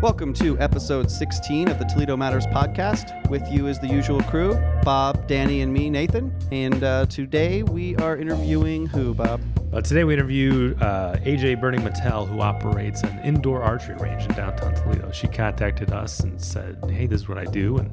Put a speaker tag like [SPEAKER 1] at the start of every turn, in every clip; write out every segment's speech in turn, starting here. [SPEAKER 1] Welcome to episode 16 of the Toledo Matters podcast. With you is the usual crew Bob, Danny, and me, Nathan. And uh, today we are interviewing who, Bob?
[SPEAKER 2] Uh, today we interviewed uh, AJ Burning Mattel, who operates an indoor archery range in downtown Toledo. She contacted us and said, "Hey, this is what I do," and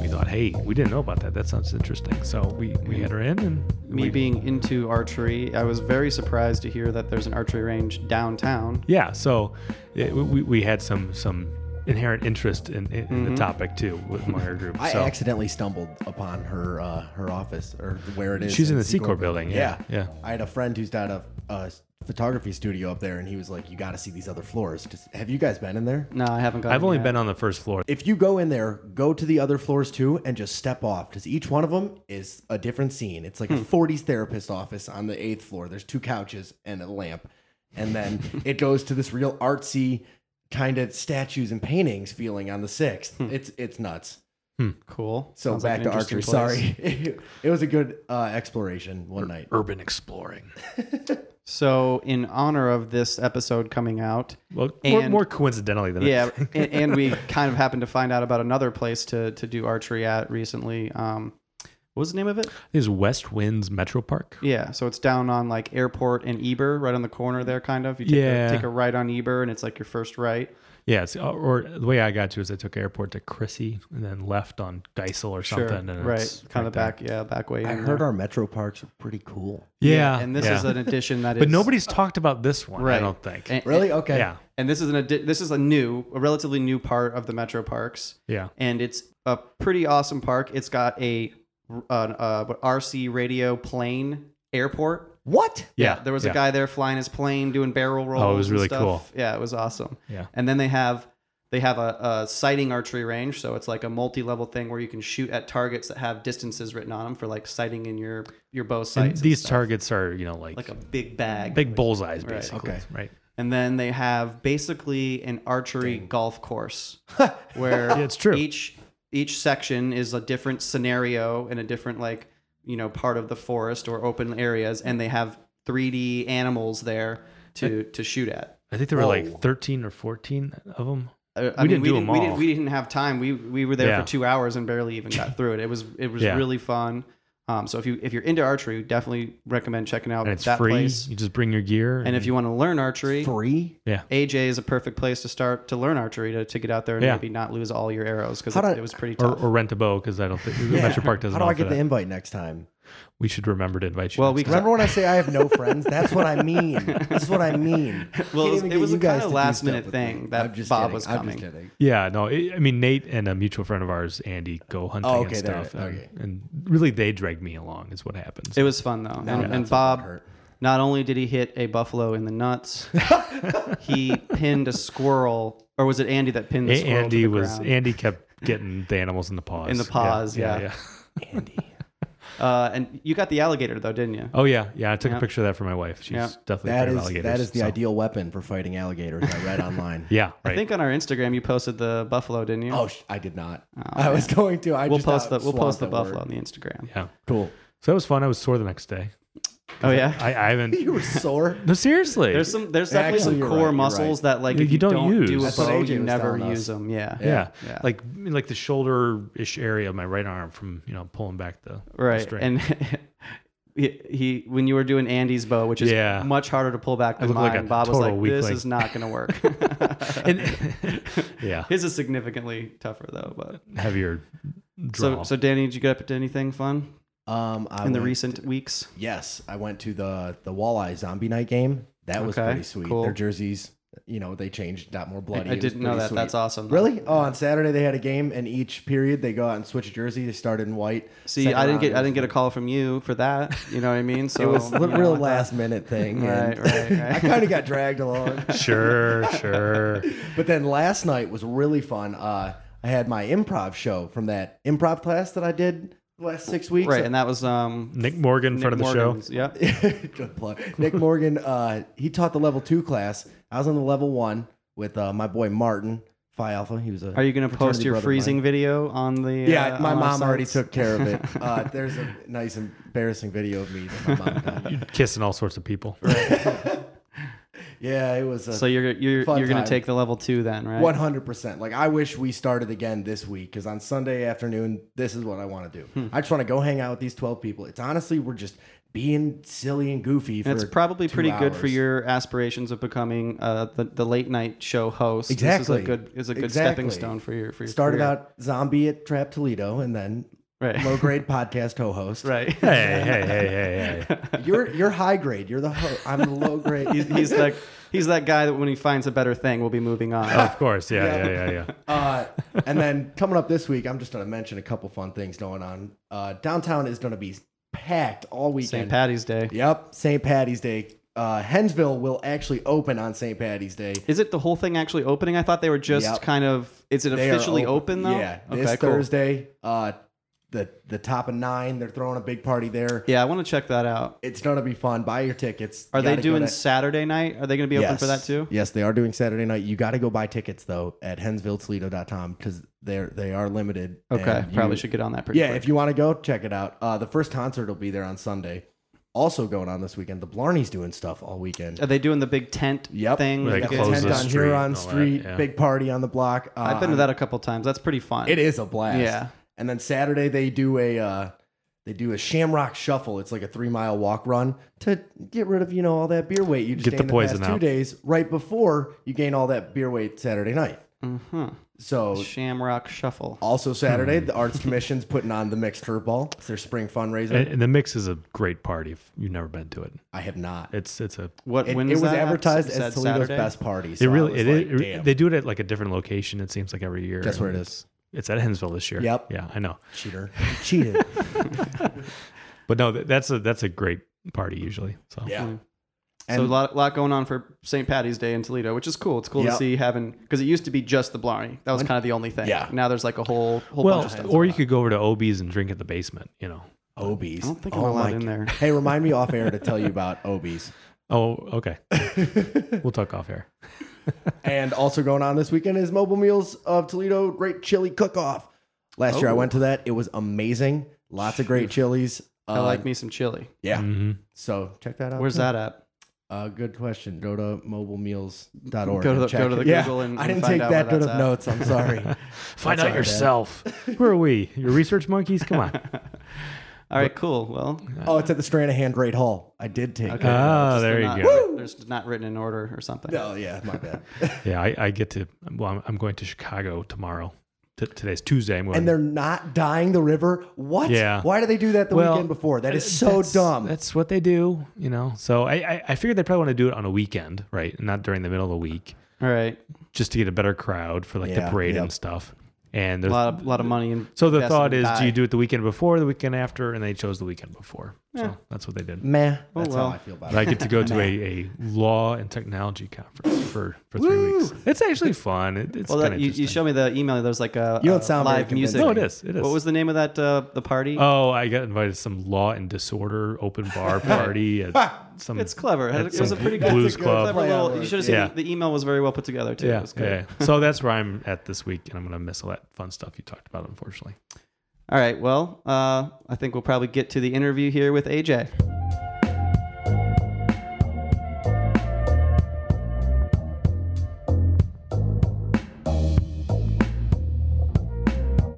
[SPEAKER 2] we thought, "Hey, we didn't know about that. That sounds interesting." So we, we had her in, and
[SPEAKER 1] Me
[SPEAKER 2] we,
[SPEAKER 1] being into archery, I was very surprised to hear that there's an archery range downtown.
[SPEAKER 2] yeah. So it, we, we had some some inherent interest in, in, in the topic too with my group.
[SPEAKER 3] I
[SPEAKER 2] so
[SPEAKER 3] accidentally stumbled upon her uh, her office or where it is.
[SPEAKER 2] She's in
[SPEAKER 3] at
[SPEAKER 2] the Secor building, yeah, yeah.
[SPEAKER 3] I had a friend who's got a, a photography studio up there, and he was like, "You got to see these other floors." Just, have you guys been in there?
[SPEAKER 1] No, I haven't gone.
[SPEAKER 2] I've only
[SPEAKER 1] yet.
[SPEAKER 2] been on the first floor.
[SPEAKER 3] If you go in there, go to the other floors too, and just step off because each one of them is a different scene. It's like a '40s therapist office on the eighth floor. There's two couches and a lamp, and then it goes to this real artsy kind of statues and paintings feeling on the sixth. It's it's nuts.
[SPEAKER 1] Cool.
[SPEAKER 3] So
[SPEAKER 1] Sounds like
[SPEAKER 3] back
[SPEAKER 1] an
[SPEAKER 3] to
[SPEAKER 1] interesting
[SPEAKER 3] archery.
[SPEAKER 1] place.
[SPEAKER 3] Sorry, it was a good uh, exploration one night.
[SPEAKER 2] Urban exploring.
[SPEAKER 1] So, in honor of this episode coming out,
[SPEAKER 2] Well, more,
[SPEAKER 1] And-
[SPEAKER 2] more coincidentally than
[SPEAKER 1] yeah,
[SPEAKER 2] anything.
[SPEAKER 1] and, and we kind of happened to find out about another place to to do archery at recently. Um, what was the name of it?
[SPEAKER 2] is West Winds Metro Park.
[SPEAKER 1] Yeah, so it's down on like Airport and Eber, right on the corner there, kind of. You take,
[SPEAKER 2] Yeah.
[SPEAKER 1] a, take a right on Eber, and it's like your first right.
[SPEAKER 2] Yeah, it's, uh, or the way I got to is I took airport to Chrissy and then left on Geisel or something. and
[SPEAKER 1] right,
[SPEAKER 2] it's
[SPEAKER 1] kind of
[SPEAKER 2] there.
[SPEAKER 1] back, yeah, back way.
[SPEAKER 3] I
[SPEAKER 1] in
[SPEAKER 3] heard
[SPEAKER 1] there.
[SPEAKER 3] our metro parks are pretty cool.
[SPEAKER 2] Yeah,
[SPEAKER 1] and this
[SPEAKER 2] yeah.
[SPEAKER 1] is an addition that is.
[SPEAKER 2] But nobody's talked about this one.
[SPEAKER 1] Right.
[SPEAKER 2] I don't think.
[SPEAKER 1] and-
[SPEAKER 3] Really?
[SPEAKER 1] And,
[SPEAKER 3] Okay.
[SPEAKER 2] Yeah,
[SPEAKER 1] and this is an addi- this is a new, a relatively new part of the Metro Parks.
[SPEAKER 2] yeah.
[SPEAKER 1] and it's a pretty awesome park. It's got a an uh, what, RC radio plane airport.
[SPEAKER 3] What?
[SPEAKER 2] Yeah,
[SPEAKER 1] there was
[SPEAKER 2] yeah. Oh,
[SPEAKER 1] a guy there flying his plane, doing barrel rolls.
[SPEAKER 2] was
[SPEAKER 1] and
[SPEAKER 2] really
[SPEAKER 1] stuff.
[SPEAKER 2] cool.
[SPEAKER 1] Yeah, it was awesome.
[SPEAKER 2] Yeah.
[SPEAKER 1] and then they have they have a, a sighting archery range, so it's like a multi-level thing where you can shoot at targets that have distances written on them for like sighting in your your bow sights.
[SPEAKER 2] And
[SPEAKER 1] and
[SPEAKER 2] these
[SPEAKER 1] stuff.
[SPEAKER 2] targets are you know like,
[SPEAKER 1] like a big bag.
[SPEAKER 2] big bullseyes
[SPEAKER 1] Right.
[SPEAKER 2] basically.
[SPEAKER 3] Okay.
[SPEAKER 2] Right.
[SPEAKER 1] And then they have basically an archery golf course where
[SPEAKER 2] it's true.
[SPEAKER 1] each each section is a different scenario and a different like, you know, part of the forest or open areas and they have 3D animals there to to shoot at.
[SPEAKER 2] I think there were
[SPEAKER 3] Whoa.
[SPEAKER 2] like thirteen or fourteen of them.
[SPEAKER 1] I, I
[SPEAKER 2] We didn't
[SPEAKER 1] we didn't,
[SPEAKER 2] do them
[SPEAKER 1] we
[SPEAKER 2] all.
[SPEAKER 1] didn't we didn't have time. We we were there
[SPEAKER 2] Yeah.
[SPEAKER 1] for 2 hours and barely even got through it. It was it was
[SPEAKER 2] Yeah.
[SPEAKER 1] really fun. Um, so if you if you're into archery, definitely recommend checking out
[SPEAKER 2] And it's
[SPEAKER 1] that
[SPEAKER 2] free.
[SPEAKER 1] place.
[SPEAKER 2] You just bring your gear.
[SPEAKER 1] And if you want to learn archery,
[SPEAKER 3] Free?
[SPEAKER 2] yeah,
[SPEAKER 1] AJ is a perfect place to start to learn archery to, to get out there and
[SPEAKER 2] Yeah.
[SPEAKER 1] maybe not lose all your arrows because
[SPEAKER 3] How
[SPEAKER 1] it,
[SPEAKER 3] do-
[SPEAKER 1] it was pretty tough.
[SPEAKER 2] or, or rent a bow because I don't think the Metro Park doesn't
[SPEAKER 3] How do I
[SPEAKER 2] offer
[SPEAKER 3] get
[SPEAKER 2] that.
[SPEAKER 3] the invite next time?
[SPEAKER 2] We should remember to invite you.
[SPEAKER 1] well,
[SPEAKER 2] next
[SPEAKER 1] we
[SPEAKER 2] time.
[SPEAKER 3] Remember when I say I have no friends? That's what I mean. That's what I mean.
[SPEAKER 1] Well, it
[SPEAKER 3] Can't
[SPEAKER 1] was-
[SPEAKER 3] even
[SPEAKER 1] it
[SPEAKER 3] get
[SPEAKER 1] was a
[SPEAKER 3] you guys
[SPEAKER 1] kinda
[SPEAKER 3] to do
[SPEAKER 1] last
[SPEAKER 3] stuff
[SPEAKER 1] minute
[SPEAKER 3] with
[SPEAKER 1] thing
[SPEAKER 3] me.
[SPEAKER 1] that
[SPEAKER 3] I'm just
[SPEAKER 1] Bob
[SPEAKER 3] kidding.
[SPEAKER 1] was
[SPEAKER 3] I'm just
[SPEAKER 1] coming.
[SPEAKER 3] kidding.
[SPEAKER 2] Yeah, no, it, I mean Nate and a mutual friend of ours, Andy, go hunting
[SPEAKER 3] Oh, okay,
[SPEAKER 2] and
[SPEAKER 3] there,
[SPEAKER 2] stuff, and,
[SPEAKER 3] okay.
[SPEAKER 2] and really they dragged me along is what happens.
[SPEAKER 1] it was fun though. and and
[SPEAKER 3] that's what
[SPEAKER 1] Bob,
[SPEAKER 3] hurt.
[SPEAKER 1] not only did he hit a buffalo in the nuts, he pinned a squirrel, or was it Andy that pinned the
[SPEAKER 2] A-
[SPEAKER 1] squirrel?
[SPEAKER 2] Andy
[SPEAKER 1] to the
[SPEAKER 2] was
[SPEAKER 1] ground?
[SPEAKER 2] Andy kept getting the animals in the paws.
[SPEAKER 1] In the
[SPEAKER 2] Yeah,
[SPEAKER 1] paws, yeah.
[SPEAKER 3] Andy.
[SPEAKER 1] Uh, and you got the alligator though, didn't you?
[SPEAKER 2] Oh yeah, yeah. I took
[SPEAKER 1] Yeah.
[SPEAKER 2] a picture of that for my wife. She's
[SPEAKER 1] Yeah.
[SPEAKER 2] definitely
[SPEAKER 3] That
[SPEAKER 2] afraid of
[SPEAKER 3] is
[SPEAKER 2] alligators.
[SPEAKER 3] that is the
[SPEAKER 2] so-
[SPEAKER 3] ideal weapon for fighting alligators. I read online.
[SPEAKER 2] Yeah, right.
[SPEAKER 1] I think on our Instagram you posted the buffalo, didn't you?
[SPEAKER 3] Oh, sh- I did not. I was going to. I
[SPEAKER 1] we'll
[SPEAKER 3] just
[SPEAKER 1] post the
[SPEAKER 2] uh,
[SPEAKER 3] out-
[SPEAKER 1] we'll post the
[SPEAKER 3] swamped that
[SPEAKER 1] buffalo
[SPEAKER 3] word.
[SPEAKER 1] on the Instagram.
[SPEAKER 2] yeah.
[SPEAKER 3] Cool.
[SPEAKER 2] So that was fun. I was sore the next day.
[SPEAKER 1] Oh yeah.
[SPEAKER 2] I, I haven't.
[SPEAKER 3] You were sore.
[SPEAKER 2] No, seriously.
[SPEAKER 1] There's some. There's definitely
[SPEAKER 3] Actually,
[SPEAKER 1] some
[SPEAKER 3] you're
[SPEAKER 1] core
[SPEAKER 3] right, you're
[SPEAKER 1] muscles that like
[SPEAKER 2] You-
[SPEAKER 1] if
[SPEAKER 2] you
[SPEAKER 1] you
[SPEAKER 2] don't
[SPEAKER 1] don't,
[SPEAKER 2] use.
[SPEAKER 1] do a
[SPEAKER 2] That's what
[SPEAKER 1] bow,
[SPEAKER 3] AJ
[SPEAKER 1] you
[SPEAKER 3] was
[SPEAKER 1] never
[SPEAKER 3] telling us.
[SPEAKER 1] use them. Yeah.
[SPEAKER 2] yeah.
[SPEAKER 1] Yeah.
[SPEAKER 2] like like the shoulder ish area of my right arm from you know pulling back the the
[SPEAKER 1] Right.
[SPEAKER 2] string.
[SPEAKER 1] And he, he when you were doing Andy's bow, which is
[SPEAKER 2] Yeah.
[SPEAKER 1] much harder to pull back than
[SPEAKER 2] look
[SPEAKER 1] mine,
[SPEAKER 2] like a
[SPEAKER 1] Bob was
[SPEAKER 2] total
[SPEAKER 1] like, "This
[SPEAKER 2] weakling."
[SPEAKER 1] is not going to work."
[SPEAKER 2] yeah,
[SPEAKER 1] His is significantly tougher though. But
[SPEAKER 2] heavier
[SPEAKER 1] so
[SPEAKER 2] draw.
[SPEAKER 1] so Danny, did you get up to anything fun
[SPEAKER 3] Um, I
[SPEAKER 1] in the
[SPEAKER 3] went-
[SPEAKER 1] recent weeks?
[SPEAKER 3] Yes, I went to the the Walleye Zombie Night game. That was
[SPEAKER 1] Okay,
[SPEAKER 3] pretty sweet.
[SPEAKER 1] cool.
[SPEAKER 3] Their jerseys, you know, they changed, got more bloody.
[SPEAKER 1] I
[SPEAKER 3] It was
[SPEAKER 1] didn't know
[SPEAKER 3] pretty
[SPEAKER 1] that.
[SPEAKER 3] sweet.
[SPEAKER 1] That's awesome. though.
[SPEAKER 3] Really? Oh, on Saturday they had a game, and each period they go out and switch a jersey. They started in white.
[SPEAKER 1] See,
[SPEAKER 3] Second
[SPEAKER 1] I didn't
[SPEAKER 3] round,
[SPEAKER 1] get
[SPEAKER 3] it
[SPEAKER 1] I
[SPEAKER 3] was
[SPEAKER 1] didn't get a call from you for that. You know what I mean? So
[SPEAKER 3] It was a
[SPEAKER 1] you know,
[SPEAKER 3] real
[SPEAKER 1] I thought-
[SPEAKER 3] last minute thing.
[SPEAKER 1] Right,
[SPEAKER 3] and
[SPEAKER 1] right, right.
[SPEAKER 3] I kind of got dragged along.
[SPEAKER 2] sure, sure.
[SPEAKER 3] But then last night was really fun. Uh, I had my improv show from that improv class that I did the last six weeks.
[SPEAKER 1] Right, and that was um
[SPEAKER 2] Nick Morgan in front of the
[SPEAKER 1] show.
[SPEAKER 2] show.
[SPEAKER 1] Yep.
[SPEAKER 3] Good plug. Nick Morgan, uh, he taught the level two class. I was on the level one with uh, my boy Martin Phi Alpha. He was a.
[SPEAKER 1] Are you going to
[SPEAKER 3] fraternity
[SPEAKER 1] post your
[SPEAKER 3] brother of
[SPEAKER 1] freezing
[SPEAKER 3] mine.
[SPEAKER 1] video on the?
[SPEAKER 3] Yeah,
[SPEAKER 1] uh,
[SPEAKER 3] my
[SPEAKER 1] on our
[SPEAKER 3] mom already
[SPEAKER 1] sites?
[SPEAKER 3] took care of it. Uh, there's a nice embarrassing video of me that my mom got.
[SPEAKER 2] Kissing all sorts of people.
[SPEAKER 3] Yeah, it was a
[SPEAKER 1] So you're you're
[SPEAKER 3] Fun
[SPEAKER 1] you're gonna
[SPEAKER 3] time.
[SPEAKER 1] take the level two then, right?
[SPEAKER 3] One hundred percent. Like I wish we started again this week because on Sunday afternoon, this is what I want to do.
[SPEAKER 1] Hmm.
[SPEAKER 3] I just want to go hang out with these twelve people. It's honestly we're just being silly and goofy. For
[SPEAKER 1] And it's probably
[SPEAKER 3] two
[SPEAKER 1] pretty good for
[SPEAKER 3] hours.
[SPEAKER 1] your aspirations of becoming uh, the, the late night show host. This is a
[SPEAKER 3] Exactly.
[SPEAKER 1] good is a good stepping
[SPEAKER 3] Exactly.
[SPEAKER 1] stone for your for your
[SPEAKER 3] Started
[SPEAKER 1] career.
[SPEAKER 3] out zombie at Trap Toledo and then
[SPEAKER 1] right
[SPEAKER 3] low grade podcast co-host.
[SPEAKER 1] right.
[SPEAKER 2] Hey, hey, hey, hey, hey.
[SPEAKER 3] You're you're high grade. You're the ho- I'm the low grade.
[SPEAKER 1] he's he's like he's that guy that when he finds a better thing, will be moving on.
[SPEAKER 3] Oh,
[SPEAKER 2] Of course. Yeah, yeah, yeah, yeah.
[SPEAKER 3] Uh, and then coming up this week, I'm just going to mention a couple fun things going on. Uh, downtown is going to be packed all
[SPEAKER 1] St.
[SPEAKER 3] weekend.
[SPEAKER 1] Patty's Day.
[SPEAKER 3] yep, St. Patty's Day. Uh, Hensville will actually open on St. Patty's Day.
[SPEAKER 1] Is it the whole thing actually opening? I thought they were just
[SPEAKER 3] Yep.
[SPEAKER 1] kind of. Is it
[SPEAKER 3] They are
[SPEAKER 1] officially open. though?
[SPEAKER 3] Yeah,
[SPEAKER 1] Okay.
[SPEAKER 3] this
[SPEAKER 1] cool.
[SPEAKER 3] Thursday, uh, the the top of nine, they're throwing a big party there.
[SPEAKER 1] Yeah, I want to check that out.
[SPEAKER 3] It's going to be fun. Buy your tickets.
[SPEAKER 1] Are
[SPEAKER 3] You
[SPEAKER 1] they
[SPEAKER 3] gotta go
[SPEAKER 1] doing
[SPEAKER 3] to-
[SPEAKER 1] Saturday night? Are they going to be open for that
[SPEAKER 3] Yes.
[SPEAKER 1] too?
[SPEAKER 3] Yes, they are doing Saturday night. You got to go buy tickets though at hensvilletoledo.com because they're they are limited.
[SPEAKER 1] Okay,
[SPEAKER 3] and
[SPEAKER 1] probably
[SPEAKER 3] you-
[SPEAKER 1] should get on that pretty
[SPEAKER 3] Yeah,
[SPEAKER 1] quick.
[SPEAKER 3] if you want to go, check it out. Uh, the first concert will be there on Sunday. Also going on this weekend, the Blarney's doing stuff all weekend.
[SPEAKER 1] Are they doing the big tent
[SPEAKER 3] Yep.
[SPEAKER 1] thing?
[SPEAKER 2] Where they
[SPEAKER 1] Like
[SPEAKER 3] Got
[SPEAKER 1] a-
[SPEAKER 2] close
[SPEAKER 3] the tent
[SPEAKER 2] the
[SPEAKER 3] on
[SPEAKER 2] street
[SPEAKER 3] Huron
[SPEAKER 2] and all that,
[SPEAKER 3] Street,
[SPEAKER 2] yeah.
[SPEAKER 3] big party on the block. Uh,
[SPEAKER 1] I've been to that a couple times. That's pretty fun.
[SPEAKER 3] It is a blast.
[SPEAKER 1] Yeah.
[SPEAKER 3] And then Saturday they do a uh, they do a Shamrock Shuffle. It's like a three mile walk run to get rid of you know all that beer weight you just
[SPEAKER 2] Get
[SPEAKER 3] gained
[SPEAKER 2] the poison
[SPEAKER 3] the past
[SPEAKER 2] out.
[SPEAKER 3] two days right before you gain all that beer weight Saturday night.
[SPEAKER 1] Mhm.
[SPEAKER 3] So
[SPEAKER 1] Shamrock Shuffle.
[SPEAKER 3] also Saturday
[SPEAKER 1] Hmm.
[SPEAKER 3] the Arts Commission's putting on the mixed curveball. It's their spring fundraiser.
[SPEAKER 2] And, and the mix is a great party if you've never been to it.
[SPEAKER 3] I have not.
[SPEAKER 2] It's it's a
[SPEAKER 1] What
[SPEAKER 3] It,
[SPEAKER 1] when
[SPEAKER 3] it
[SPEAKER 1] does
[SPEAKER 3] was
[SPEAKER 1] that happen?
[SPEAKER 3] advertised
[SPEAKER 1] Is that
[SPEAKER 3] as Toledo's
[SPEAKER 1] Saturday?
[SPEAKER 3] best party. So
[SPEAKER 2] it
[SPEAKER 3] I
[SPEAKER 2] really
[SPEAKER 3] was
[SPEAKER 2] it,
[SPEAKER 3] like,
[SPEAKER 2] is- it-
[SPEAKER 3] damn.
[SPEAKER 2] they do it at like a different location. It seems like every year.
[SPEAKER 3] Guess
[SPEAKER 2] and
[SPEAKER 3] where it
[SPEAKER 2] it's-
[SPEAKER 3] is.
[SPEAKER 2] It's at Hensville this year.
[SPEAKER 3] Yep.
[SPEAKER 2] Yeah, I know.
[SPEAKER 3] cheater, You cheated.
[SPEAKER 2] But no, th- that's a that's a great party usually. So
[SPEAKER 3] yeah.
[SPEAKER 1] Hmm. So a lot, lot going on for St. Patty's Day in Toledo, which is cool. It's cool to
[SPEAKER 3] Yep.
[SPEAKER 1] see having because it used to be just the Blarney. That was kind of the only thing.
[SPEAKER 3] Yeah.
[SPEAKER 1] Now there's like a whole whole bunch
[SPEAKER 2] Well,
[SPEAKER 1] of stuff.
[SPEAKER 2] or you could go over to Obie's and drink at the basement. You know.
[SPEAKER 3] Obies. Oh
[SPEAKER 1] I don't think I'm allowed in there.
[SPEAKER 3] Hey, remind me off air to tell you about Obies.
[SPEAKER 2] Oh, okay. we'll talk off air.
[SPEAKER 3] And also going on this weekend is Mobile Meals of Toledo Great Chili Cook Off. Last year I
[SPEAKER 1] Oh.
[SPEAKER 3] went to that. It was amazing. Lots of great chilies.
[SPEAKER 1] I
[SPEAKER 3] uh,
[SPEAKER 1] like me some chili.
[SPEAKER 3] Yeah.
[SPEAKER 2] hmm
[SPEAKER 3] So check that out.
[SPEAKER 1] Where's
[SPEAKER 3] too.
[SPEAKER 1] that at?
[SPEAKER 3] Uh, good question. Go to mobilemeals.org.
[SPEAKER 1] Go to
[SPEAKER 3] and
[SPEAKER 1] the-
[SPEAKER 3] check
[SPEAKER 1] go to
[SPEAKER 3] it-
[SPEAKER 1] the Google and-
[SPEAKER 3] I
[SPEAKER 1] and
[SPEAKER 3] didn't
[SPEAKER 1] find
[SPEAKER 3] take
[SPEAKER 1] out
[SPEAKER 3] that
[SPEAKER 1] where
[SPEAKER 3] good
[SPEAKER 1] that's
[SPEAKER 3] of
[SPEAKER 1] at.
[SPEAKER 3] notes. I'm sorry.
[SPEAKER 2] Find
[SPEAKER 3] That's
[SPEAKER 2] out
[SPEAKER 3] all right, Dad.
[SPEAKER 2] yourself. Where are we? Your research monkeys? Come on.
[SPEAKER 1] All right, cool. Well,
[SPEAKER 3] oh, it's at the Stranahan Great Hall. I did take
[SPEAKER 1] okay.
[SPEAKER 3] that.
[SPEAKER 2] Ah,
[SPEAKER 1] Just they're
[SPEAKER 2] there you
[SPEAKER 1] not-
[SPEAKER 2] go.
[SPEAKER 1] There's not written in order or something.
[SPEAKER 3] Oh, yeah. My bad.
[SPEAKER 2] Yeah, I, I get to. Well, I'm, I'm going to Chicago tomorrow. T- today's Tuesday. I'm going.
[SPEAKER 3] and they're not dyeing the river. What?
[SPEAKER 2] Yeah.
[SPEAKER 3] Why do they do that the
[SPEAKER 2] Well,
[SPEAKER 3] weekend before? That is
[SPEAKER 2] Uh,
[SPEAKER 3] so
[SPEAKER 2] that's-
[SPEAKER 3] dumb.
[SPEAKER 2] That's what they do, you know. So I, I, I figured they probably want to do it on a weekend, right? Not during the middle of the week,
[SPEAKER 1] All right.
[SPEAKER 2] just to get a better crowd for like
[SPEAKER 3] Yeah,
[SPEAKER 2] the parade
[SPEAKER 3] yep.
[SPEAKER 2] and stuff. And
[SPEAKER 1] A
[SPEAKER 2] there's,
[SPEAKER 1] lot of lot of money. In
[SPEAKER 2] so the
[SPEAKER 1] invested
[SPEAKER 2] thought
[SPEAKER 1] in
[SPEAKER 2] is, do
[SPEAKER 1] dye.
[SPEAKER 2] you do it the weekend before, the weekend after? And they chose the weekend before.
[SPEAKER 1] Yeah.
[SPEAKER 2] So that's what they did.
[SPEAKER 3] Meh.
[SPEAKER 1] Oh,
[SPEAKER 3] That's
[SPEAKER 1] well.
[SPEAKER 3] how I feel about
[SPEAKER 2] But I
[SPEAKER 3] it.
[SPEAKER 2] get to go to a, a law and technology conference for, for three weeks. It's actually fun. It, it's
[SPEAKER 1] Well,
[SPEAKER 2] kind
[SPEAKER 1] that,
[SPEAKER 2] of
[SPEAKER 1] you, you
[SPEAKER 2] interesting.
[SPEAKER 1] show me the email. There's like a,
[SPEAKER 3] You don't
[SPEAKER 1] a
[SPEAKER 3] sound very
[SPEAKER 1] live music.
[SPEAKER 2] No, it is. It is.
[SPEAKER 1] What was the name of that uh, the party?
[SPEAKER 2] Oh, I got invited to some law and disorder open bar party at some.
[SPEAKER 1] it's clever. It
[SPEAKER 2] It's
[SPEAKER 1] was a
[SPEAKER 2] some
[SPEAKER 1] pretty
[SPEAKER 2] blues
[SPEAKER 1] good,
[SPEAKER 2] That's a good club.
[SPEAKER 1] clever
[SPEAKER 3] play on
[SPEAKER 1] little. You
[SPEAKER 3] words,
[SPEAKER 1] should have seen
[SPEAKER 2] yeah.
[SPEAKER 1] the, the email was very well put together too. it was good.
[SPEAKER 2] yeah. So that's where I'm at this week, and I'm going to miss all that fun stuff you talked about, unfortunately.
[SPEAKER 1] All right. Well, uh, I think we'll probably get to the interview here with AJ.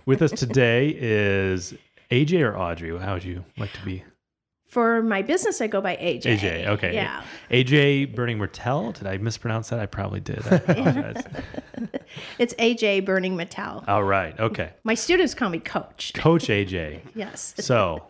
[SPEAKER 2] With us today is AJ or Audrey. How would you like to be?
[SPEAKER 4] For my business, I go by AJ.
[SPEAKER 2] AJ. Okay.
[SPEAKER 4] Yeah.
[SPEAKER 2] AJ Burning Martell. Did I mispronounce that? I probably did. I apologize.
[SPEAKER 4] It's AJ Burning Mattel.
[SPEAKER 2] all right. Okay.
[SPEAKER 4] My students call me Coach.
[SPEAKER 2] Coach AJ.
[SPEAKER 4] Yes.
[SPEAKER 2] So,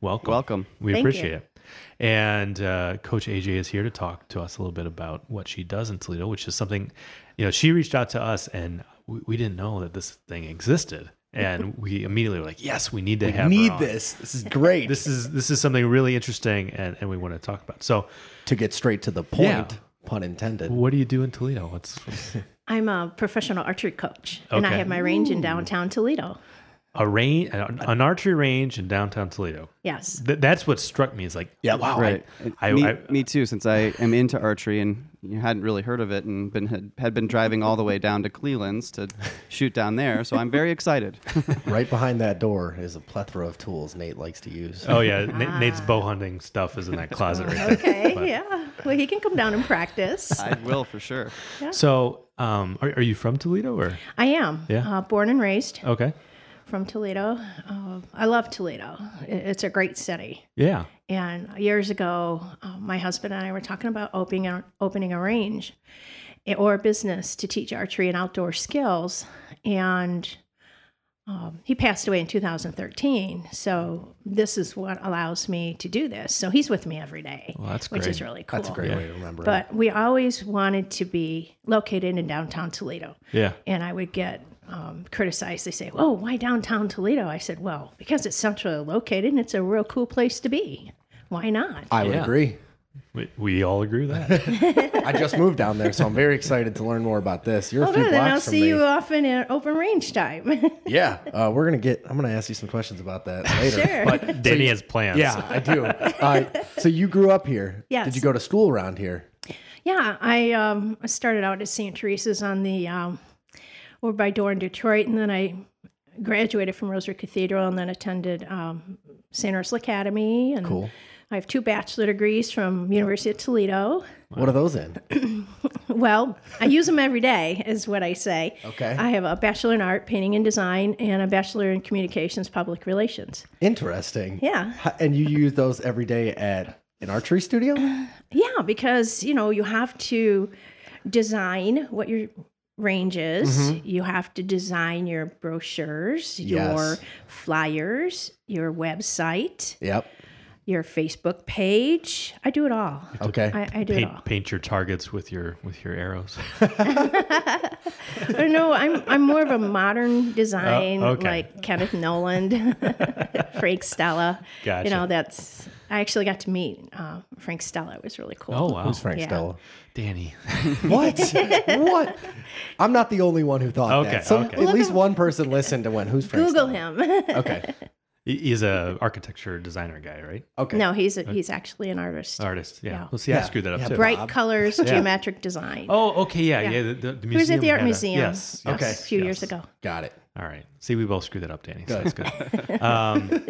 [SPEAKER 2] welcome.
[SPEAKER 1] Welcome.
[SPEAKER 2] We
[SPEAKER 4] Thank
[SPEAKER 2] appreciate
[SPEAKER 4] you.
[SPEAKER 2] it. And uh, Coach AJ is here to talk to us a little bit about what she does in Toledo, which is something, you know, she reached out to us and we, we didn't know that this thing existed. And we immediately were like, yes, we need to have her
[SPEAKER 3] Need
[SPEAKER 2] on.
[SPEAKER 3] this. This is great.
[SPEAKER 2] This is this is something really interesting and, and we want to talk about. So
[SPEAKER 3] to get straight to the point,
[SPEAKER 2] Yeah.
[SPEAKER 3] pun intended.
[SPEAKER 2] what do you do in Toledo? What's, what's-
[SPEAKER 4] I'm a professional archery coach, and I
[SPEAKER 2] Okay.
[SPEAKER 4] have my range in downtown Toledo.
[SPEAKER 2] a range, an an archery range in downtown Toledo.
[SPEAKER 4] Yes.
[SPEAKER 2] Th- that's what struck me is like, yeah, wow, I-
[SPEAKER 1] right.
[SPEAKER 2] I,
[SPEAKER 1] me,
[SPEAKER 2] I,
[SPEAKER 1] me too, since I am into archery and you hadn't really heard of it and been had, had been driving all the way down to Cleland's to shoot down there. So I'm very excited.
[SPEAKER 3] Right behind that door is a plethora of tools Nate likes to use.
[SPEAKER 2] oh yeah, Na- Nate's bow hunting stuff is in that closet right there.
[SPEAKER 4] Okay.
[SPEAKER 2] But-
[SPEAKER 4] yeah. Well, he can come down and practice.
[SPEAKER 1] I will for sure.
[SPEAKER 2] So, um, are, are you from Toledo or
[SPEAKER 4] I am.
[SPEAKER 2] Yeah.
[SPEAKER 4] Uh, born and raised
[SPEAKER 2] okay?
[SPEAKER 4] from Toledo. Uh, I love Toledo. I- It's a great city.
[SPEAKER 2] Yeah,
[SPEAKER 4] And years ago, uh, my husband and I were talking about opening a, opening a range eh, or a business to teach archery and outdoor skills. And um, he passed away in 2013. So this is what allows me to do this. So he's with me every day,
[SPEAKER 2] well, that's
[SPEAKER 4] which
[SPEAKER 2] great.
[SPEAKER 4] is really cool.
[SPEAKER 3] That's a great way to remember it.
[SPEAKER 4] But we always wanted to be located in downtown Toledo.
[SPEAKER 2] yeah,
[SPEAKER 4] And I would get um, criticized. They say, "Oh, why downtown Toledo?" I said, "Well, because it's centrally located and it's a real cool place to be. Why not?"
[SPEAKER 3] I would
[SPEAKER 2] Yeah.
[SPEAKER 3] agree.
[SPEAKER 2] we, we all agree with that.
[SPEAKER 3] I just moved down there, so I'm very excited to learn more about this. You're a
[SPEAKER 4] Oh,
[SPEAKER 3] few
[SPEAKER 4] good. Then
[SPEAKER 3] blocks
[SPEAKER 4] I'll
[SPEAKER 3] from
[SPEAKER 4] see
[SPEAKER 3] me.
[SPEAKER 4] you often at open range time.
[SPEAKER 3] Yeah, uh, we're gonna get. I'm gonna ask you some questions about that later.
[SPEAKER 4] sure.
[SPEAKER 2] But Danny has plans.
[SPEAKER 3] Yeah, I do. Uh, so you grew up here.
[SPEAKER 4] Yes.
[SPEAKER 3] Did you go to school around here?
[SPEAKER 4] Yeah, I um, I started out at St. Teresa's on the um, over by Door in Detroit, and then I graduated from Rosary Cathedral, and then attended um, St. Ursula Academy. And
[SPEAKER 3] Cool.
[SPEAKER 4] I have two bachelor degrees from University of Toledo.
[SPEAKER 3] What are those in?
[SPEAKER 4] Well, I use them every day, is what I say.
[SPEAKER 3] Okay.
[SPEAKER 4] I have a bachelor in art, painting and design, and a bachelor in communications, public relations.
[SPEAKER 3] Interesting.
[SPEAKER 4] Yeah.
[SPEAKER 3] H- And you use those every day at an archery studio?
[SPEAKER 4] Yeah, because you know you have to design what your range is. You have to design your brochures, your
[SPEAKER 3] Mm-hmm. Yes.
[SPEAKER 4] flyers, your website,
[SPEAKER 3] Yep.
[SPEAKER 4] your Facebook page. I do it all.
[SPEAKER 3] Okay.
[SPEAKER 4] I, I do it all.
[SPEAKER 2] Paint, paint your targets with your with your arrows.
[SPEAKER 4] Or no, I'm I'm more of a modern design,
[SPEAKER 2] Oh, okay.
[SPEAKER 4] like Kenneth Noland, Frank Stella.
[SPEAKER 2] Gotcha.
[SPEAKER 4] You know, that's I actually got to meet uh, Frank Stella. It was really cool.
[SPEAKER 2] Oh wow,
[SPEAKER 3] Who's Frank
[SPEAKER 4] Yeah.
[SPEAKER 3] Stella?
[SPEAKER 2] Danny.
[SPEAKER 3] What? what? I'm not the only one who thought
[SPEAKER 2] Okay,
[SPEAKER 3] that. Some,
[SPEAKER 2] okay.
[SPEAKER 3] At least one person listened and went, "Who's Frank?"
[SPEAKER 4] Google
[SPEAKER 3] Stella?
[SPEAKER 4] him.
[SPEAKER 3] Okay.
[SPEAKER 2] He- He's a architecture designer guy, right?
[SPEAKER 3] Okay.
[SPEAKER 4] no, he's a, he's actually an artist.
[SPEAKER 2] Artist. Yeah.
[SPEAKER 4] Yeah.
[SPEAKER 2] Well, see, I
[SPEAKER 3] Yeah.
[SPEAKER 2] screwed that up
[SPEAKER 3] Yeah,
[SPEAKER 2] too.
[SPEAKER 4] bright colors, geometric design.
[SPEAKER 2] Oh, okay. Yeah, yeah.
[SPEAKER 4] Yeah.
[SPEAKER 2] the, the, the museum.
[SPEAKER 4] he was at the art
[SPEAKER 2] had a-
[SPEAKER 4] museum.
[SPEAKER 2] yes.
[SPEAKER 4] yes,
[SPEAKER 3] Okay.
[SPEAKER 4] a few
[SPEAKER 2] yes.
[SPEAKER 4] years ago.
[SPEAKER 3] Got it.
[SPEAKER 2] All right. See, we both screwed that up, Danny. So that's good. um,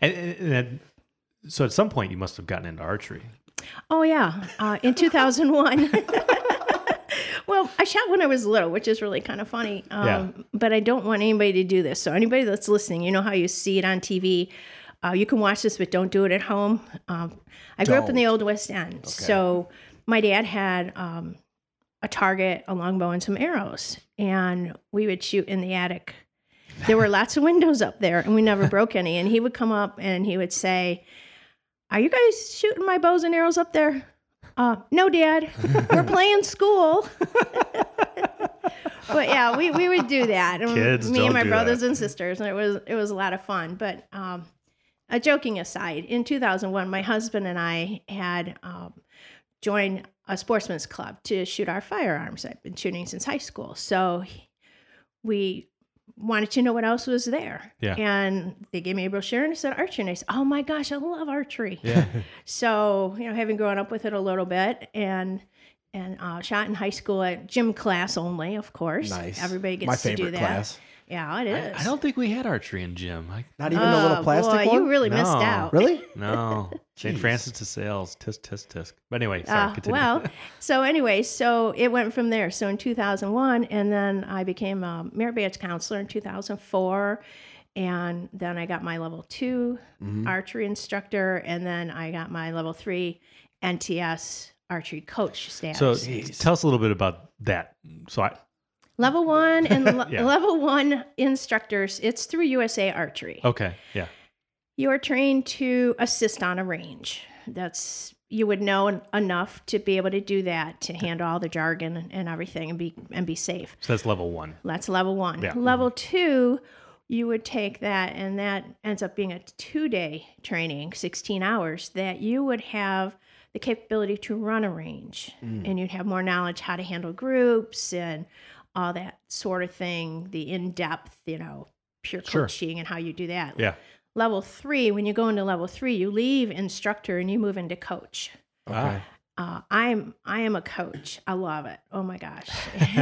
[SPEAKER 2] and, and and so at some point you must have gotten into archery.
[SPEAKER 4] Oh yeah, uh, in 2001. well, I shot when I was little, which is really kind of funny. Um,
[SPEAKER 2] Yeah.
[SPEAKER 4] But I don't want anybody to do this. So anybody that's listening, you know how you see it on TV. Uh, you can watch this, but don't do it at home. Um, I grew up in the old West End, so my dad had um, a target, a longbow, and some arrows, and we would shoot in the attic. There were lots of windows up there, and we never broke any. And he would come up and he would say, "Are you guys shooting my bows and arrows up there?" Uh, no, Dad, we're playing school. but yeah, we, we would do that. And
[SPEAKER 2] Kids
[SPEAKER 4] me
[SPEAKER 2] don't
[SPEAKER 4] and my
[SPEAKER 2] do
[SPEAKER 4] brothers and sisters, and it was it was a lot of fun. But um, uh, joking aside, in 2001, my husband and I had um, joined a sportsman's club to shoot our firearms. I've been shooting since high school, so he- we wanted to know what else was there.
[SPEAKER 2] Yeah.
[SPEAKER 4] And they gave me a brochure and it said archery, and I said, "Oh my gosh, I love archery."
[SPEAKER 2] Yeah.
[SPEAKER 4] So you know, having grown up with it a little bit, and and uh, shot in high school at gym class only, of course.
[SPEAKER 3] Nice.
[SPEAKER 4] Everybody gets
[SPEAKER 3] My
[SPEAKER 4] to do
[SPEAKER 3] favorite
[SPEAKER 4] that.
[SPEAKER 3] class.
[SPEAKER 4] Yeah, it is.
[SPEAKER 2] I don't think we had archery in gym. I,
[SPEAKER 3] Not even the little
[SPEAKER 4] Oh,
[SPEAKER 3] plastic
[SPEAKER 4] boy,
[SPEAKER 3] one.
[SPEAKER 4] You really missed
[SPEAKER 2] No.
[SPEAKER 4] out.
[SPEAKER 3] Really?
[SPEAKER 2] no. St.
[SPEAKER 3] Jeez.
[SPEAKER 2] Francis de Sales. Tisk, tisk, tisk. But anyway, sorry,
[SPEAKER 4] Uh,
[SPEAKER 2] continue.
[SPEAKER 4] well, so anyway, so it went from there. So in 2001, and then I became a merit badge counselor in 2004, and then I got my level 2
[SPEAKER 3] Mm-hmm.
[SPEAKER 4] archery instructor, and then I got my level three NTS archery coach status.
[SPEAKER 2] so tell us a little bit about that. So I,
[SPEAKER 4] level one and le-
[SPEAKER 2] Yeah.
[SPEAKER 4] level one instructors, it's through USA Archery.
[SPEAKER 2] okay. Yeah.
[SPEAKER 4] You are trained to assist on a range. That's you would know en- enough to be able to do that to handle all the jargon and, and everything and be and be safe.
[SPEAKER 2] So that's level one.
[SPEAKER 4] That's level one.
[SPEAKER 2] Yeah. Mm-hmm.
[SPEAKER 4] Level two, you would take that, and that ends up being a two day training, 16 hours, that you would have the capability to run a range
[SPEAKER 2] Mm.
[SPEAKER 4] and you'd have more knowledge how to handle groups and all that sort of thing, the in depth, you know, pure
[SPEAKER 2] Sure.
[SPEAKER 4] coaching and how you do that.
[SPEAKER 2] Yeah.
[SPEAKER 4] Level three, when you go into level three, you leave instructor and you move into coach.
[SPEAKER 2] Ah,
[SPEAKER 4] Uh, I'm I am a coach. I love it. Oh my gosh!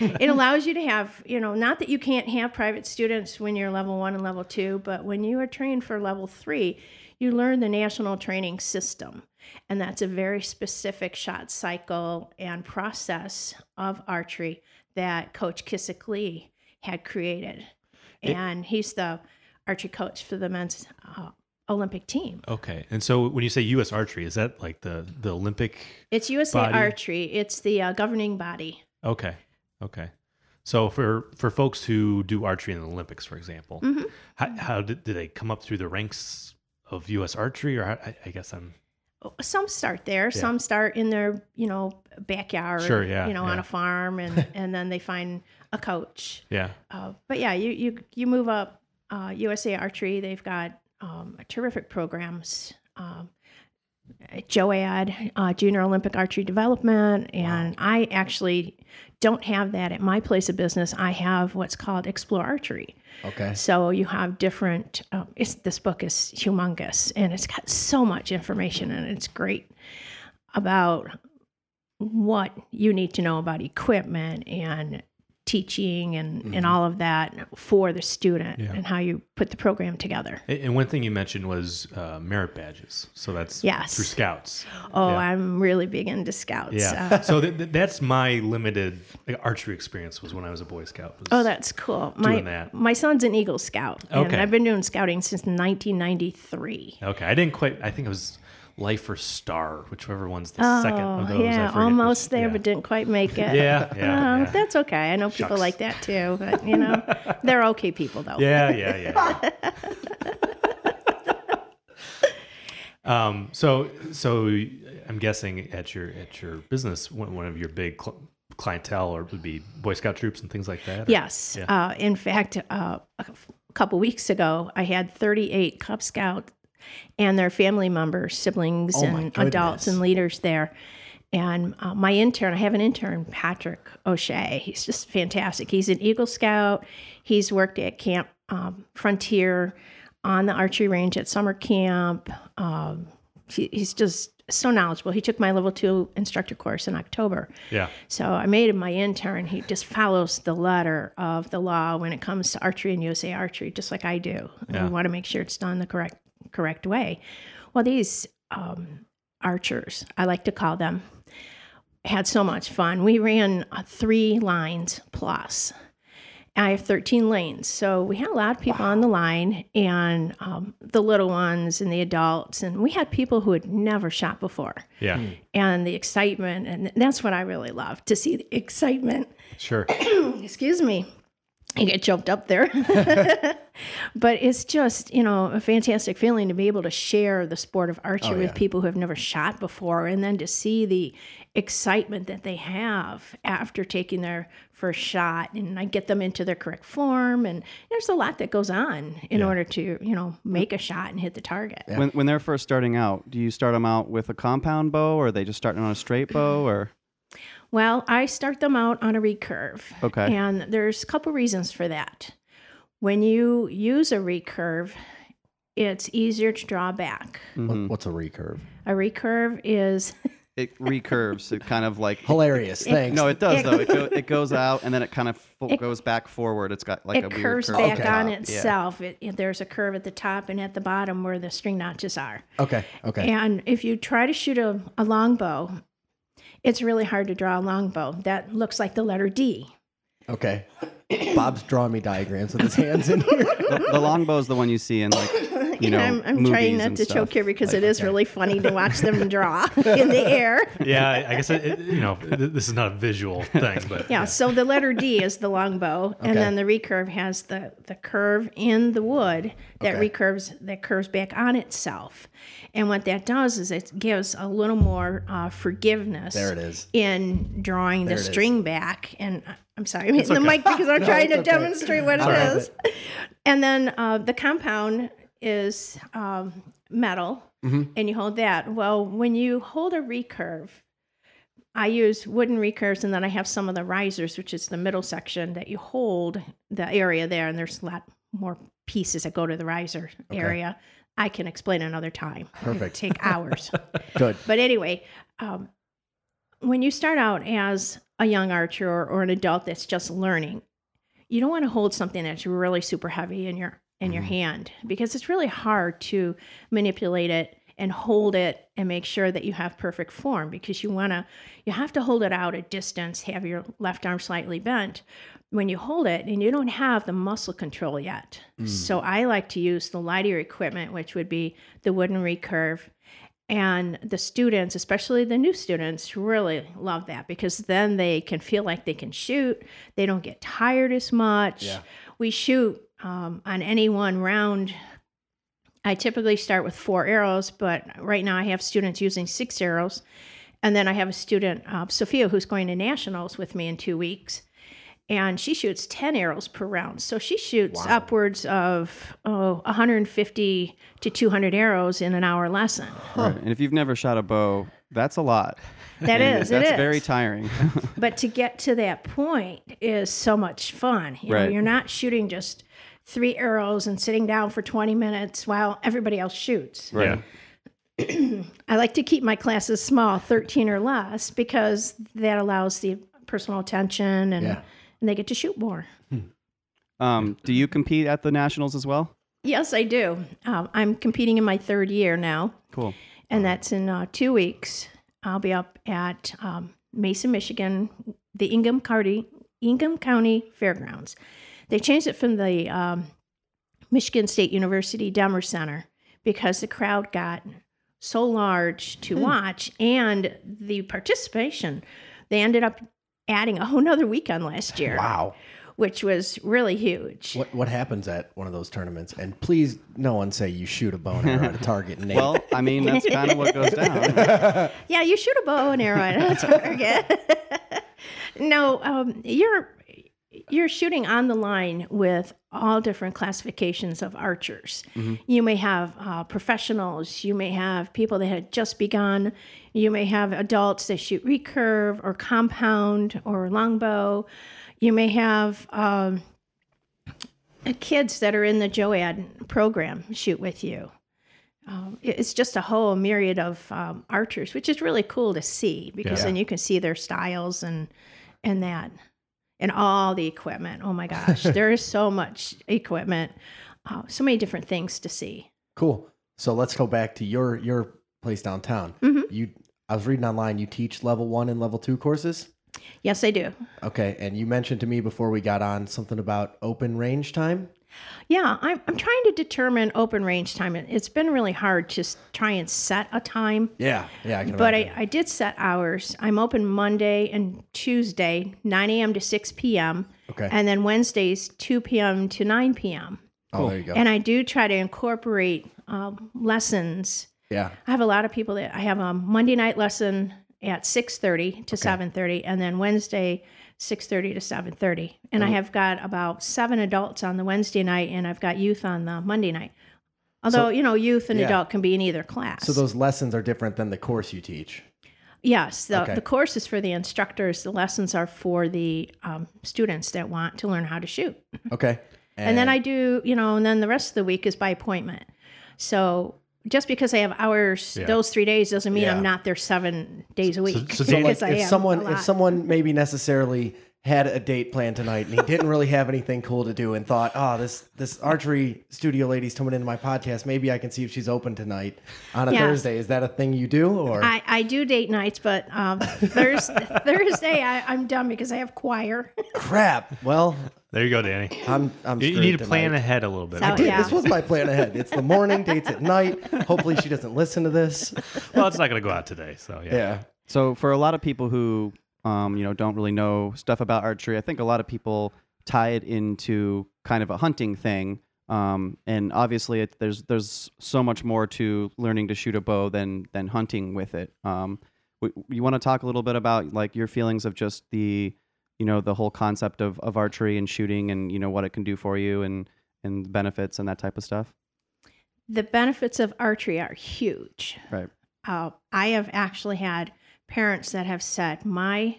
[SPEAKER 4] it allows you to have you know not that you can't have private students when you're level one and level two, but when you are trained for level three, you learn the national training system, and that's a very specific shot cycle and process of archery that Coach Kissick Lee had created, and he's the archery coach for the men's uh, Olympic team.
[SPEAKER 2] okay. And so when you say U.S. archery, is that like the the Olympic?
[SPEAKER 4] It's USA
[SPEAKER 2] Body.
[SPEAKER 4] Archery. It's the uh, governing body.
[SPEAKER 2] Okay. Okay. So for for folks who do archery in the Olympics, for example,
[SPEAKER 4] Mhm.
[SPEAKER 2] how, how did, did they come up through the ranks of U.S. archery? Or how, I, I guess I'm
[SPEAKER 4] some start there some start in their you know backyard
[SPEAKER 2] Sure, yeah,
[SPEAKER 4] you know on
[SPEAKER 2] yeah.
[SPEAKER 4] a farm and and then they find a coach
[SPEAKER 2] yeah.
[SPEAKER 4] uh, but yeah you you you move up uh, usa archery they've got um, terrific programs um, joad uh, junior olympic archery development and i actually don't have that at my place of business i have what's called explore archery
[SPEAKER 3] Okay.
[SPEAKER 4] so you have different. Um, it's, this book is humongous, and it's got so much information, and it's great about what you need to know about equipment and teaching and, and all of that for the student
[SPEAKER 2] Mm-hmm. Yeah.
[SPEAKER 4] and how you put the program together.
[SPEAKER 2] And- And one thing you mentioned was uh, merit badges. So that's
[SPEAKER 4] Yes.
[SPEAKER 2] through scouts.
[SPEAKER 4] Oh,
[SPEAKER 2] Yeah.
[SPEAKER 4] I'm really big into scouts.
[SPEAKER 2] Yeah.
[SPEAKER 4] Uh,
[SPEAKER 2] so th- th- that's my limited like, archery experience was when I was a Boy Scout. was-
[SPEAKER 4] Oh, that's cool. My
[SPEAKER 2] Doing that.
[SPEAKER 4] my son's an Eagle Scout, and
[SPEAKER 2] Okay.
[SPEAKER 4] I've been doing scouting since 1993.
[SPEAKER 2] okay. I didn't quite. I think it was Life or Star, whichever one's the second of
[SPEAKER 4] Oh,
[SPEAKER 2] those. I
[SPEAKER 4] yeah,
[SPEAKER 2] forget which-
[SPEAKER 4] almost there,
[SPEAKER 2] yeah.
[SPEAKER 4] but didn't quite make it.
[SPEAKER 2] Yeah, yeah,
[SPEAKER 4] Um,
[SPEAKER 2] yeah.
[SPEAKER 4] That's okay. I know people
[SPEAKER 2] Shucks.
[SPEAKER 4] like that too, but you know, they're okay people though.
[SPEAKER 2] Yeah, yeah, yeah. yeah. um, so, so I'm guessing at your at your business, one, one of your big cl- clientele or would be Boy Scout troops and things like that. or-
[SPEAKER 4] Yes.
[SPEAKER 2] Yeah.
[SPEAKER 4] Uh, in fact, uh, a couple weeks ago, I had 38 Cub Scouts and their family members, siblings,
[SPEAKER 3] Oh my
[SPEAKER 4] and
[SPEAKER 3] goodness.
[SPEAKER 4] adults and leaders there. And uh, my intern, I have an intern, Patrick O'Shea. He's just fantastic. He's an Eagle Scout. He's worked at Camp um, Frontier on the archery range at summer camp. Um, he, he's just so knowledgeable. He took my level two instructor course in October.
[SPEAKER 2] yeah.
[SPEAKER 4] So I made him my intern. He just follows the letter of the law when it comes to archery and USA archery, just like I do. And
[SPEAKER 2] Yeah.
[SPEAKER 4] We want to make sure it's done the correct correct way. Well, these um, archers, I like to call them, had so much fun. We ran uh, three lines plus. I have 13 lanes. So we had a lot of people on the line and um, the little ones and the adults. And we had people who had never shot before
[SPEAKER 2] Yeah.
[SPEAKER 4] and the excitement and that's what i really love to see the excitement
[SPEAKER 2] Sure.
[SPEAKER 4] excuse me i get choked up there but it's just you know a fantastic feeling to be able to share the sport of archery with people who have never shot before and then to see the excitement that they have after taking their first shot and i get them into their correct form and there's a lot that goes on in order to you know make a shot and hit the target
[SPEAKER 1] When, when they're first starting out, do you start them out with a compound bow, or are they just starting on a straight bow, or
[SPEAKER 4] Well, I start them out on a recurve.
[SPEAKER 1] Okay.
[SPEAKER 4] And there's a couple reasons for that. When you use a recurve, it's easier to draw back.
[SPEAKER 2] Mm-hmm.
[SPEAKER 1] Mm-hmm.
[SPEAKER 3] What- What's a recurve?
[SPEAKER 4] A recurve is
[SPEAKER 1] it recurves? It kind of like
[SPEAKER 3] Hilarious. Thanks.
[SPEAKER 1] no, it does
[SPEAKER 4] It-
[SPEAKER 1] though. It, go, it goes out and then it kind of fo-
[SPEAKER 4] It-
[SPEAKER 1] goes back forward. It's got like
[SPEAKER 4] it
[SPEAKER 1] a weird
[SPEAKER 4] curves
[SPEAKER 1] curve
[SPEAKER 4] back
[SPEAKER 1] the
[SPEAKER 4] on
[SPEAKER 1] top.
[SPEAKER 4] itself. It, it- there's a curve at the top and at the bottom where the string notches are.
[SPEAKER 3] okay. Okay.
[SPEAKER 4] And if you try to shoot a, a longbow, it's really hard to draw a longbow. That looks like the letter D.
[SPEAKER 3] Okay. Bob's drawing me diagrams with his hands in here.
[SPEAKER 1] Yeah. The, the longbow is the one you see in like you know
[SPEAKER 4] I'm, I'm
[SPEAKER 1] movies
[SPEAKER 4] trying not
[SPEAKER 1] and
[SPEAKER 4] to
[SPEAKER 1] stuff.
[SPEAKER 4] choke here because it is really funny to watch them draw in the air.
[SPEAKER 2] Yeah. I- I guess it, it- you know th- this is not a visual thing, but
[SPEAKER 4] Yeah, so the letter D is the longbow, and
[SPEAKER 3] Okay.
[SPEAKER 4] then the recurve has the, the curve in the wood that
[SPEAKER 3] Okay.
[SPEAKER 4] recurves that curves back on itself. And what that does is it gives a little more uh, forgiveness
[SPEAKER 3] there it is.
[SPEAKER 4] in drawing
[SPEAKER 3] it
[SPEAKER 4] the
[SPEAKER 3] is.
[SPEAKER 4] string back. And uh, I'm sorry, I'm hitting the mic because I'm
[SPEAKER 3] No,
[SPEAKER 4] trying to
[SPEAKER 3] it's okay.
[SPEAKER 4] demonstrate what
[SPEAKER 3] Sorry.
[SPEAKER 4] it is. And then uh, the compound is um, metal,
[SPEAKER 3] Mm-hmm.
[SPEAKER 4] and you hold that. Well, when you hold a recurve, I use wooden recurves, and then I have some of the risers, which is the middle section that you hold the area there, and there's a lot more pieces that go to the riser area. I can explain another time. It would
[SPEAKER 3] Perfect.
[SPEAKER 4] take hours.
[SPEAKER 3] Good.
[SPEAKER 4] But anyway, um, when you start out as a young archer or, or an adult that's just learning, you don't want to hold something that's really super heavy in your in your hand because it's really hard to manipulate it and hold it and make sure that you have perfect form because you want to you have to hold it out at distance have your left arm slightly bent when you hold it and you don't have the muscle control yet so i like to use the lighter equipment which would be the wooden recurve and the students, especially the new students, really love that because then they can feel like they can shoot. They don't get tired as much.
[SPEAKER 3] Yeah.
[SPEAKER 4] We shoot um, on any one round. I typically start with four arrows, but right now I have students using six arrows. And then I have a student, uh, Sophia, who's going to nationals with me in two weeks. And she shoots 10 arrows per round. So she shoots upwards of oh, 150 to 200 arrows in an hour lesson.
[SPEAKER 1] Right. And if you've never shot a bow, that's a lot.
[SPEAKER 4] That
[SPEAKER 1] And
[SPEAKER 4] is, it
[SPEAKER 1] That's
[SPEAKER 4] is.
[SPEAKER 1] very tiring.
[SPEAKER 4] but to get to that point is so much fun. You
[SPEAKER 1] Right.
[SPEAKER 4] know, you're not shooting just three arrows and sitting down for 20 minutes while everybody else shoots.
[SPEAKER 2] Right.
[SPEAKER 4] I like to keep my classes small, 13 or less, because that allows the personal attention and,
[SPEAKER 3] Yeah.
[SPEAKER 4] and they get to shoot more.
[SPEAKER 1] um, do you compete at the nationals as well?
[SPEAKER 4] Yes, I do. Um, I'm competing in my third year now,
[SPEAKER 1] Cool.
[SPEAKER 4] and that's in uh, two weeks. I'll be up at um, Mason, Michigan, the Ingham County, Ingham County Fairgrounds. They changed it from the um, Michigan State University Demmer Center because the crowd got so large to watch and the participation. They ended up adding a whole nother weekend last year,
[SPEAKER 3] Wow.
[SPEAKER 4] which was really huge.
[SPEAKER 3] What what happens at one of those tournaments? And please, no one say you shoot a bow and arrow at a target. And aim.
[SPEAKER 1] Well, I mean, that's kind of what goes down.
[SPEAKER 4] yeah, you shoot a bow and arrow at a target. no, um, you're you're shooting on the line with all different classifications of archers. You may have uh, professionals. You may have people that had just begun. You may have adults that shoot recurve or compound or longbow. You may have. Um, kids that are in the joad program shoot with you it- it's just a whole myriad of um, archers, which is really cool to see because
[SPEAKER 3] Yeah.
[SPEAKER 4] then you can see their styles and and that and all the equipment. Oh my gosh, there is so much equipment, uh, so many different things to see.
[SPEAKER 3] cool. So let's go back to your your place downtown.
[SPEAKER 4] Mm-hmm.
[SPEAKER 3] You, I was reading online. You teach level one and level two courses.
[SPEAKER 4] Yes, I do.
[SPEAKER 3] Okay, and you mentioned to me before we got on something about open range time.
[SPEAKER 4] Yeah, I'm, I'm trying to determine open range time. It- It's been really hard to s- try and set a time.
[SPEAKER 3] Yeah, yeah. I can
[SPEAKER 4] But I,
[SPEAKER 3] imagine.
[SPEAKER 4] I did set hours. I'm open Monday and Tuesday, 9 a.m. to 6 p.m.
[SPEAKER 3] Okay.
[SPEAKER 4] And then Wednesdays, 2 p.m. to 9 p.m.
[SPEAKER 3] oh, there you go.
[SPEAKER 4] And I do try to incorporate um, lessons.
[SPEAKER 3] yeah,
[SPEAKER 4] I have a lot of people that I have a Monday night lesson at six thirty to seven thirty, and then Wednesday six thirty to seven thirty. And I have got about seven adults on the Wednesday night, and I've got youth on the Monday night. Although you know, youth and
[SPEAKER 3] yeah.
[SPEAKER 4] adult can be in either class.
[SPEAKER 3] so those lessons are different than the course you teach.
[SPEAKER 4] yes, the,
[SPEAKER 3] Okay.
[SPEAKER 4] the course is for the instructors. The lessons are for the um, students that want to learn how to shoot.
[SPEAKER 3] Okay,
[SPEAKER 4] and then I do, you know, and then the rest of the week is by appointment. So just because I have hours
[SPEAKER 2] Yeah.
[SPEAKER 4] those three days doesn't mean
[SPEAKER 3] Yeah.
[SPEAKER 4] I'm not there seven days a week.
[SPEAKER 2] so Danny-
[SPEAKER 4] Because I
[SPEAKER 3] if
[SPEAKER 4] am a
[SPEAKER 3] someone
[SPEAKER 4] lot.
[SPEAKER 3] if someone maybe necessarily had a date planned tonight and he didn't really have anything cool to do and thought, oh, this this archery studio lady's coming into my podcast, maybe I can see if she's open tonight on a
[SPEAKER 4] Yeah.
[SPEAKER 3] Thursday. Is that a thing you do or
[SPEAKER 4] I, I do date nights, but um, Thurs Thursday I, I'm done because I have choir.
[SPEAKER 3] crap? Well,
[SPEAKER 2] There you go, Danny.
[SPEAKER 3] I'm I'm
[SPEAKER 2] You, you
[SPEAKER 3] screwed
[SPEAKER 2] need to plan
[SPEAKER 3] tonight.
[SPEAKER 2] ahead a little bit.
[SPEAKER 4] So, yeah.
[SPEAKER 3] This was my plan ahead. It's the morning, dates at night. Hopefully she doesn't listen to this.
[SPEAKER 2] Well, it's not going to go out today, so yeah.
[SPEAKER 3] Yeah.
[SPEAKER 1] So for a lot of people who um, you know don't really know stuff about archery, I think a lot of people tie it into kind of a hunting thing. Um, and obviously, it, there's there's so much more to learning to shoot a bow than than hunting with it. Um, w- you want to talk a little bit about like your feelings of just the you know the whole concept of, of archery and shooting and you know what it can do for you and and the benefits and that type of stuff.
[SPEAKER 4] the benefits of archery are huge.
[SPEAKER 1] Right.
[SPEAKER 4] uh, I have actually had parents that have said my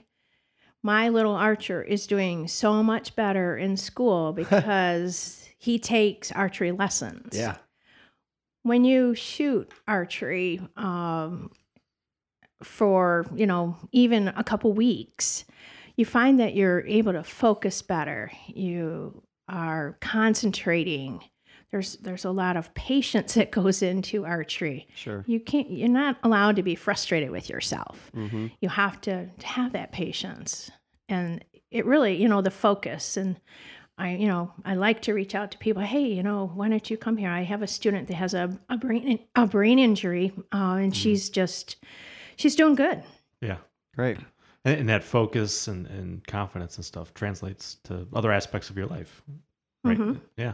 [SPEAKER 4] my little archer is doing so much better in school because he takes archery lessons.
[SPEAKER 3] Yeah.
[SPEAKER 4] When you shoot archery um, for, you know, even a couple weeks, you find that you're able to focus better. You are concentrating. There's there's a lot of patience that goes into archery.
[SPEAKER 1] Sure.
[SPEAKER 4] You can't you're not allowed to be frustrated with yourself.
[SPEAKER 1] Mm-hmm.
[SPEAKER 4] You have to to have that patience. And it really, you know, the focus and I, you know, I like to reach out to people. Hey, you know, why don't you come here? I have a student that has a, a brain a brain injury, uh,
[SPEAKER 2] Mm.
[SPEAKER 4] and she's just she's doing good.
[SPEAKER 2] Yeah.
[SPEAKER 1] Great.
[SPEAKER 2] And, and that focus and, and confidence and stuff translates to other aspects of your life. Right.
[SPEAKER 4] Mhm.
[SPEAKER 2] Yeah.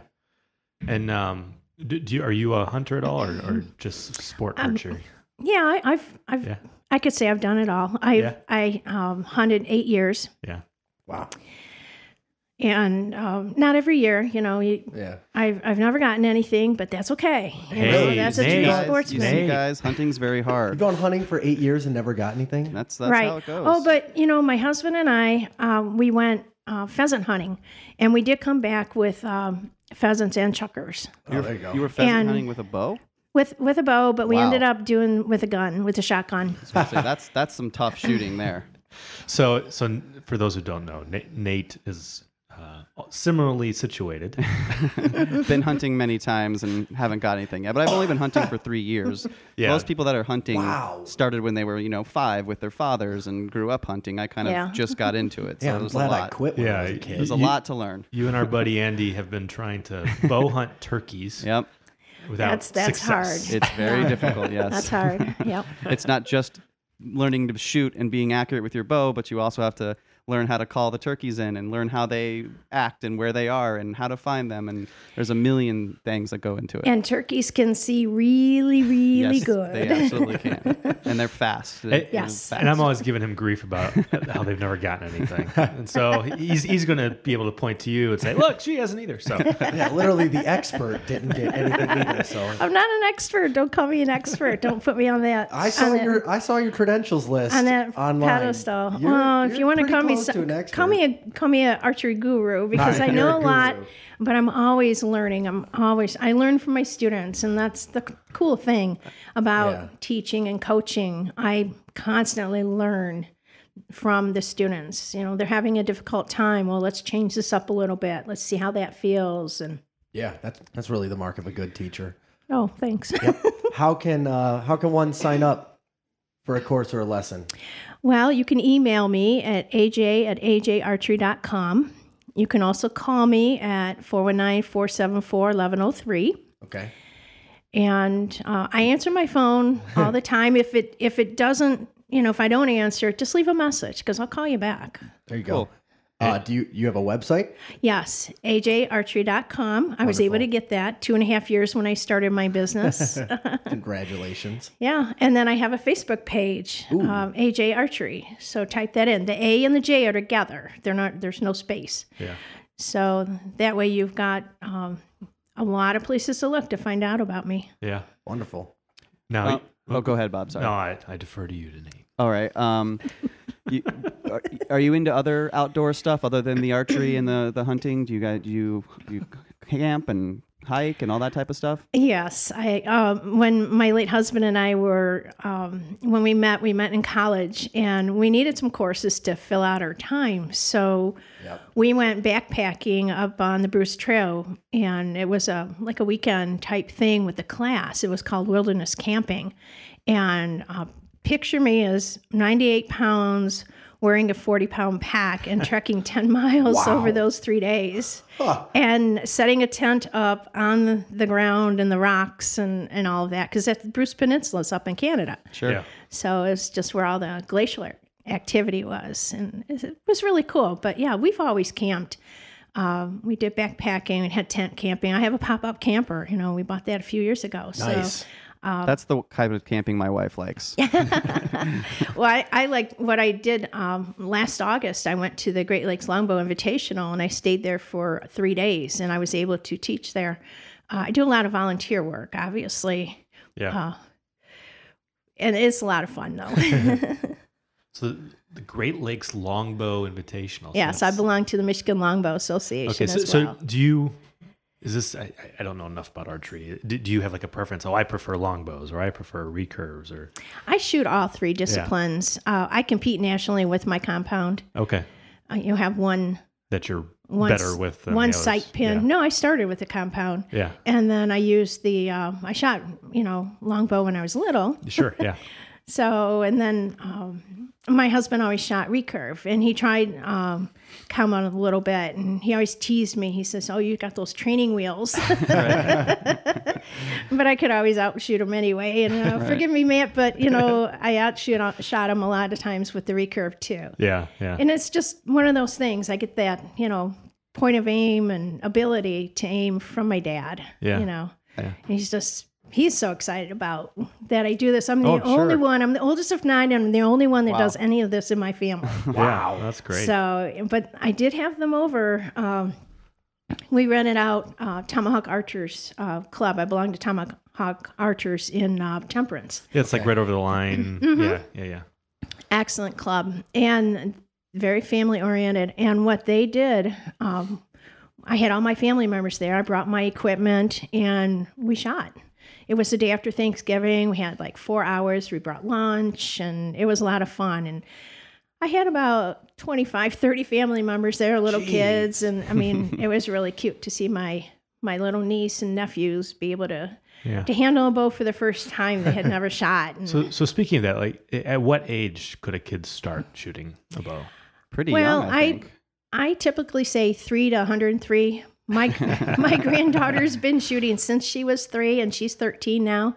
[SPEAKER 2] And um, do, do you, are you a hunter at all or, or just sport
[SPEAKER 4] Um,
[SPEAKER 2] archery?
[SPEAKER 4] Yeah, I, I've I've
[SPEAKER 2] Yeah.
[SPEAKER 4] I could say I've done it all. I
[SPEAKER 2] Yeah.
[SPEAKER 4] have I um, hunted eight years,
[SPEAKER 2] Yeah.
[SPEAKER 3] Wow.
[SPEAKER 4] and um, not every year, you know. You,
[SPEAKER 3] Yeah.
[SPEAKER 4] I've I've never gotten anything, but that's okay. You know,
[SPEAKER 2] Hey,
[SPEAKER 4] that's a
[SPEAKER 2] hey,
[SPEAKER 4] true
[SPEAKER 1] guys, You
[SPEAKER 4] sportsman.
[SPEAKER 1] see,
[SPEAKER 2] Hey.
[SPEAKER 1] guys, hunting's very
[SPEAKER 3] You've
[SPEAKER 1] hard.
[SPEAKER 3] gone hunting for eight years and never got anything.
[SPEAKER 1] That's that's
[SPEAKER 4] right.
[SPEAKER 1] how it goes.
[SPEAKER 4] Oh, but you know, my husband and I, um, we went uh, pheasant hunting, and we did come back with um, pheasants and chuckers
[SPEAKER 3] Oh, there you go.
[SPEAKER 1] you were pheasant
[SPEAKER 4] And-
[SPEAKER 1] hunting with a bow.
[SPEAKER 4] with with a bow, but we
[SPEAKER 3] Wow.
[SPEAKER 4] ended up doing with a gun, with a shotgun.
[SPEAKER 1] So that's that's some tough shooting there.
[SPEAKER 2] So, so for those who don't know, Nate, Nate is uh, similarly situated.
[SPEAKER 1] been hunting many times and haven't got anything yet. But I've only been hunting for three years.
[SPEAKER 2] Yeah.
[SPEAKER 1] Most people that are hunting
[SPEAKER 3] Wow.
[SPEAKER 1] started when they were, you know, five with their fathers and grew up hunting. I kind of
[SPEAKER 4] Yeah.
[SPEAKER 1] just got into it. So
[SPEAKER 3] yeah, I'm
[SPEAKER 1] there's
[SPEAKER 3] glad
[SPEAKER 1] a lot.
[SPEAKER 3] I quit when
[SPEAKER 2] Yeah,
[SPEAKER 3] I was a
[SPEAKER 2] you-
[SPEAKER 3] kid.
[SPEAKER 1] There's a
[SPEAKER 2] You-
[SPEAKER 1] lot to learn.
[SPEAKER 2] You and our buddy Andy have been trying to bow hunt turkeys
[SPEAKER 1] Yep.
[SPEAKER 2] without
[SPEAKER 4] That's- that's
[SPEAKER 2] success.
[SPEAKER 4] hard.
[SPEAKER 1] It's very difficult, yes.
[SPEAKER 4] That's hard. yep.
[SPEAKER 1] It's not just learning to shoot and being accurate with your bow, but you also have to learn how to call the turkeys in and learn how they act and where they are and how to find them. And there's a million things that go into it.
[SPEAKER 4] And turkeys can see really, really
[SPEAKER 1] yes,
[SPEAKER 4] good.
[SPEAKER 1] They absolutely can. and they're fast. They're
[SPEAKER 4] Yes.
[SPEAKER 1] fast.
[SPEAKER 2] And I'm always giving him grief about how they've never gotten anything. And so he's he's going to be able to point to you and say, "Look, she hasn't either." So
[SPEAKER 3] yeah, literally the expert didn't get anything either. So
[SPEAKER 4] I'm not an expert. Don't call me an expert. Don't put me on that.
[SPEAKER 3] I saw
[SPEAKER 4] on that-
[SPEAKER 3] your I saw your credentials list
[SPEAKER 4] on that
[SPEAKER 3] online.
[SPEAKER 4] pedestal.
[SPEAKER 3] You're-
[SPEAKER 4] well, if
[SPEAKER 3] you're
[SPEAKER 4] you want to
[SPEAKER 3] pretty
[SPEAKER 4] call me
[SPEAKER 3] close
[SPEAKER 4] so-
[SPEAKER 3] to an expert.
[SPEAKER 4] call me a call me a archery guru because
[SPEAKER 3] right,
[SPEAKER 4] I know
[SPEAKER 3] you're
[SPEAKER 4] a,
[SPEAKER 3] a
[SPEAKER 4] lot,
[SPEAKER 3] guru.
[SPEAKER 4] but I'm always learning. I'm always I learn from my students, and that's the c- cool thing about
[SPEAKER 3] Yeah.
[SPEAKER 4] teaching and coaching. I constantly learn from the students. You know, they're having a difficult time. Well, let's change this up a little bit. Let's see how that feels. And
[SPEAKER 3] yeah, that's that's really the mark of a good teacher.
[SPEAKER 4] oh, thanks.
[SPEAKER 3] How can uh, how can one sign up for a course or a lesson?
[SPEAKER 4] Well, you can email me at aj at ajarchery.com. You can also call me at 419 474 1103.
[SPEAKER 3] Okay.
[SPEAKER 4] And uh, I answer my phone all the time. If it if it doesn't, you know, if I don't answer, just leave a message because I'll call you back.
[SPEAKER 3] There you
[SPEAKER 1] Cool.
[SPEAKER 3] go. Uh, do you you have a website?
[SPEAKER 4] Yes, ajarchery.com. I was able to get that two and a half years when I started my business.
[SPEAKER 3] Congratulations.
[SPEAKER 4] Yeah, and then I have a Facebook page, um, AJ Archery. So type that in. The A and the J are together. They're not. There's no space.
[SPEAKER 2] Yeah.
[SPEAKER 4] So that way you've got um, a lot of places to look to find out about me.
[SPEAKER 2] yeah.
[SPEAKER 3] Wonderful.
[SPEAKER 2] Now,
[SPEAKER 1] Oh, oh, go ahead, Bob. Sorry.
[SPEAKER 2] no, I, I defer to you, to Nate.
[SPEAKER 1] All right. Um, you, are, are you into other outdoor stuff other than the archery and the, the hunting? Do you guys do you, do you camp and hike and all that type of stuff?
[SPEAKER 4] Yes, I um, when my late husband and I were um, when we met, we met in college, and we needed some courses to fill out our time. So
[SPEAKER 3] Yep.
[SPEAKER 4] we went backpacking up on the Bruce Trail, and it was a like a weekend type thing with the class. It was called Wilderness Camping, and uh, picture me as 98 pounds, wearing a 40 pound pack, and trekking 10 miles over those three days, and setting a tent up on the ground and the rocks and and all of that because that's Bruce Peninsula is up in Canada.
[SPEAKER 1] Sure.
[SPEAKER 2] Yeah.
[SPEAKER 4] So it's just where all the glacial activity was, and it was really cool. But yeah, we've always camped. Um, we did backpacking and had tent camping. I have a pop up camper. You know, we bought that a few years ago. So,
[SPEAKER 3] Nice.
[SPEAKER 4] Um,
[SPEAKER 1] That's the kind of camping my wife likes.
[SPEAKER 4] well, I, I like what I did um, last August. I went to the Great Lakes Longbow Invitational, and I stayed there for three days, and I was able to teach there. Uh, I do a lot of volunteer work, obviously,
[SPEAKER 2] Yeah.
[SPEAKER 4] Uh, and it's a lot of fun though.
[SPEAKER 2] so the, the Great Lakes Longbow Invitational. so
[SPEAKER 4] yes, I
[SPEAKER 2] that's-
[SPEAKER 4] belong to the Michigan Longbow Association
[SPEAKER 2] Okay. So,
[SPEAKER 4] as
[SPEAKER 2] so
[SPEAKER 4] well.
[SPEAKER 2] do you Is this? I, I- I don't know enough about archery. Do, do you have like a preference? Oh, I prefer longbows, or I prefer recurves, or
[SPEAKER 4] I shoot all three disciplines. Uh, I compete nationally with my compound.
[SPEAKER 2] okay,
[SPEAKER 4] Uh, you have one
[SPEAKER 2] that you're
[SPEAKER 4] one
[SPEAKER 2] better
[SPEAKER 4] s-
[SPEAKER 2] with than the
[SPEAKER 4] one
[SPEAKER 2] others.
[SPEAKER 4] sight pin. No, I started with a compound,
[SPEAKER 2] Yeah.
[SPEAKER 4] and then I used the. Uh, I shot you know longbow when I was little.
[SPEAKER 2] yeah. Sure. Yeah.
[SPEAKER 4] So and then um, my husband always shot recurve, and he tried um, come on a little bit, and he always teased me. He says, "Oh, you got those training wheels," but I could always outshoot him anyway. And uh, forgive me, Matt, but you know I outshoot uh, shot him a lot of times with the recurve too.
[SPEAKER 2] Yeah. Yeah.
[SPEAKER 4] And it's just one of those things. I get that you know point of aim and ability to aim from my dad.
[SPEAKER 2] Yeah.
[SPEAKER 4] you know.
[SPEAKER 2] Yeah.
[SPEAKER 4] And he's just he's so excited about that I do this. I'm the
[SPEAKER 2] Oh, sure.
[SPEAKER 4] only one. I'm the oldest of nine. and I'm the only one that
[SPEAKER 1] Wow.
[SPEAKER 4] does any of this in my family.
[SPEAKER 2] wow. That's great.
[SPEAKER 4] So, but I did have them over. Um, we rented out uh, Tomahawk Archers uh, Club. I belong to Tomahawk Archers in uh, Temperance.
[SPEAKER 2] yeah, it's like right over the line. Yeah. Yeah. Yeah.
[SPEAKER 4] excellent club and very family oriented. And what they did, um, I had all my family members there. I brought my equipment and we shot. It was the day after Thanksgiving. We had like four hours. We brought lunch and it was a lot of fun. And I had about 25, 30 family members there, little kids. And I mean, it was really cute to see my my little niece and nephews be able to
[SPEAKER 2] Yeah.
[SPEAKER 4] to handle a bow for the first time they had never shot. And
[SPEAKER 2] So, so speaking of that, like, a- at what age could a kid start shooting a bow?
[SPEAKER 1] Pretty
[SPEAKER 4] Well,
[SPEAKER 1] young,
[SPEAKER 4] I-
[SPEAKER 1] I think.
[SPEAKER 4] I typically say three to 103. My my granddaughter's been shooting since she was three, and she's 13 now,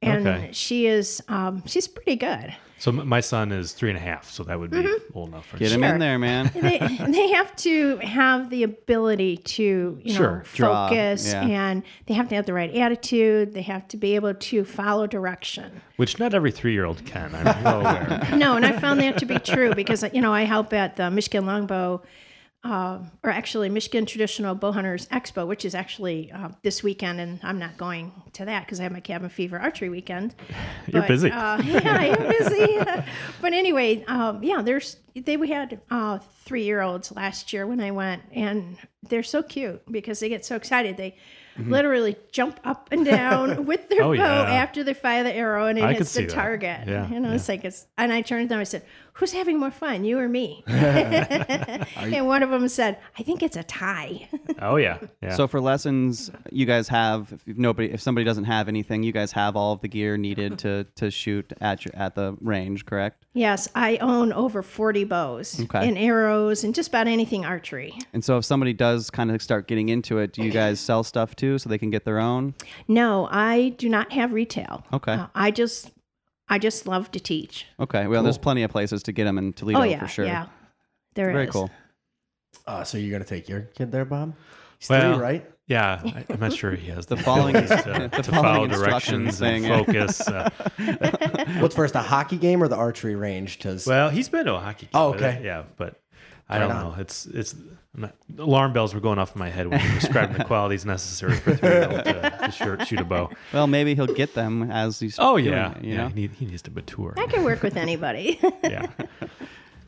[SPEAKER 4] and
[SPEAKER 2] Okay.
[SPEAKER 4] she is um, she's pretty good.
[SPEAKER 2] So m- my son is three and a half, so that would be old enough for
[SPEAKER 1] Get him
[SPEAKER 4] Sure.
[SPEAKER 1] in there, man.
[SPEAKER 4] They they have to have the ability to you
[SPEAKER 2] Sure,
[SPEAKER 4] know
[SPEAKER 1] draw,
[SPEAKER 4] focus,
[SPEAKER 1] yeah.
[SPEAKER 4] and they have to have the right attitude. They have to be able to follow direction.
[SPEAKER 2] Which not every three-year-old can. I'm well aware.
[SPEAKER 4] no, and I found that to be true because you know I help at the Michigan Longbow, uh, or actually Michigan Traditional Bow Hunters Expo, which is actually uh, this weekend, and I'm not going to that because I have my cabin fever archery weekend.
[SPEAKER 2] You're
[SPEAKER 4] But,
[SPEAKER 2] busy.
[SPEAKER 4] Uh, yeah, I'm busy. but anyway, um, yeah, there's they we had uh, three year olds last year when I went, and they're so cute because they get so excited they. Literally jump up and down with their
[SPEAKER 2] Mm-hmm. Oh,
[SPEAKER 4] bow
[SPEAKER 2] yeah.
[SPEAKER 4] after they fire the arrow and it
[SPEAKER 2] I could
[SPEAKER 4] hits the
[SPEAKER 2] see that.
[SPEAKER 4] target.
[SPEAKER 2] Yeah,
[SPEAKER 4] You know,
[SPEAKER 2] yeah.
[SPEAKER 4] it's like it's and I turned to them, I said, Who's having more fun? You or me? and one of them said, I think it's a tie.
[SPEAKER 2] oh yeah, yeah.
[SPEAKER 1] So for lessons, you guys have if you've nobody if somebody doesn't have anything, you guys have all of the gear needed to to shoot at your, at the range, correct?
[SPEAKER 4] yes, I own over forty bows
[SPEAKER 1] Okay.
[SPEAKER 4] and arrows and just about anything archery.
[SPEAKER 1] And so if somebody does kind of start getting into it, do you guys sell stuff too so they can get their own?
[SPEAKER 4] No, I do not have retail.
[SPEAKER 1] Okay.
[SPEAKER 4] Uh, I just I just love to teach.
[SPEAKER 1] Okay. Well, there's plenty of places to get them in Toledo
[SPEAKER 4] oh yeah,
[SPEAKER 1] for sure.
[SPEAKER 4] yeah. There
[SPEAKER 1] Very
[SPEAKER 4] is.
[SPEAKER 1] cool.
[SPEAKER 3] Uh, so you're gonna take your kid there, Bob? He's
[SPEAKER 2] Well,
[SPEAKER 3] three, right?
[SPEAKER 2] yeah, I, I'm not sure he has the,
[SPEAKER 1] following-
[SPEAKER 2] abilities to,
[SPEAKER 1] the
[SPEAKER 2] to
[SPEAKER 1] following
[SPEAKER 2] follow
[SPEAKER 1] instructions
[SPEAKER 2] directions and
[SPEAKER 1] thing, yeah.
[SPEAKER 2] focus. Uh,
[SPEAKER 3] What's first, the hockey game or the archery range? Because
[SPEAKER 2] well, he's been to a hockey. Game,
[SPEAKER 3] Oh,
[SPEAKER 2] but, uh,
[SPEAKER 3] okay.
[SPEAKER 2] yeah, but I don't know. It's it's I'm not, alarm bells were going off in my head when you were describing the qualities necessary for a three-year-old to, to shoot, shoot a bow.
[SPEAKER 1] Well, maybe he'll get them as he's
[SPEAKER 2] Oh
[SPEAKER 1] doing
[SPEAKER 2] yeah,
[SPEAKER 1] it, you
[SPEAKER 2] yeah.
[SPEAKER 1] know.
[SPEAKER 2] He, need, he needs to mature.
[SPEAKER 4] I can work with anybody.
[SPEAKER 2] yeah.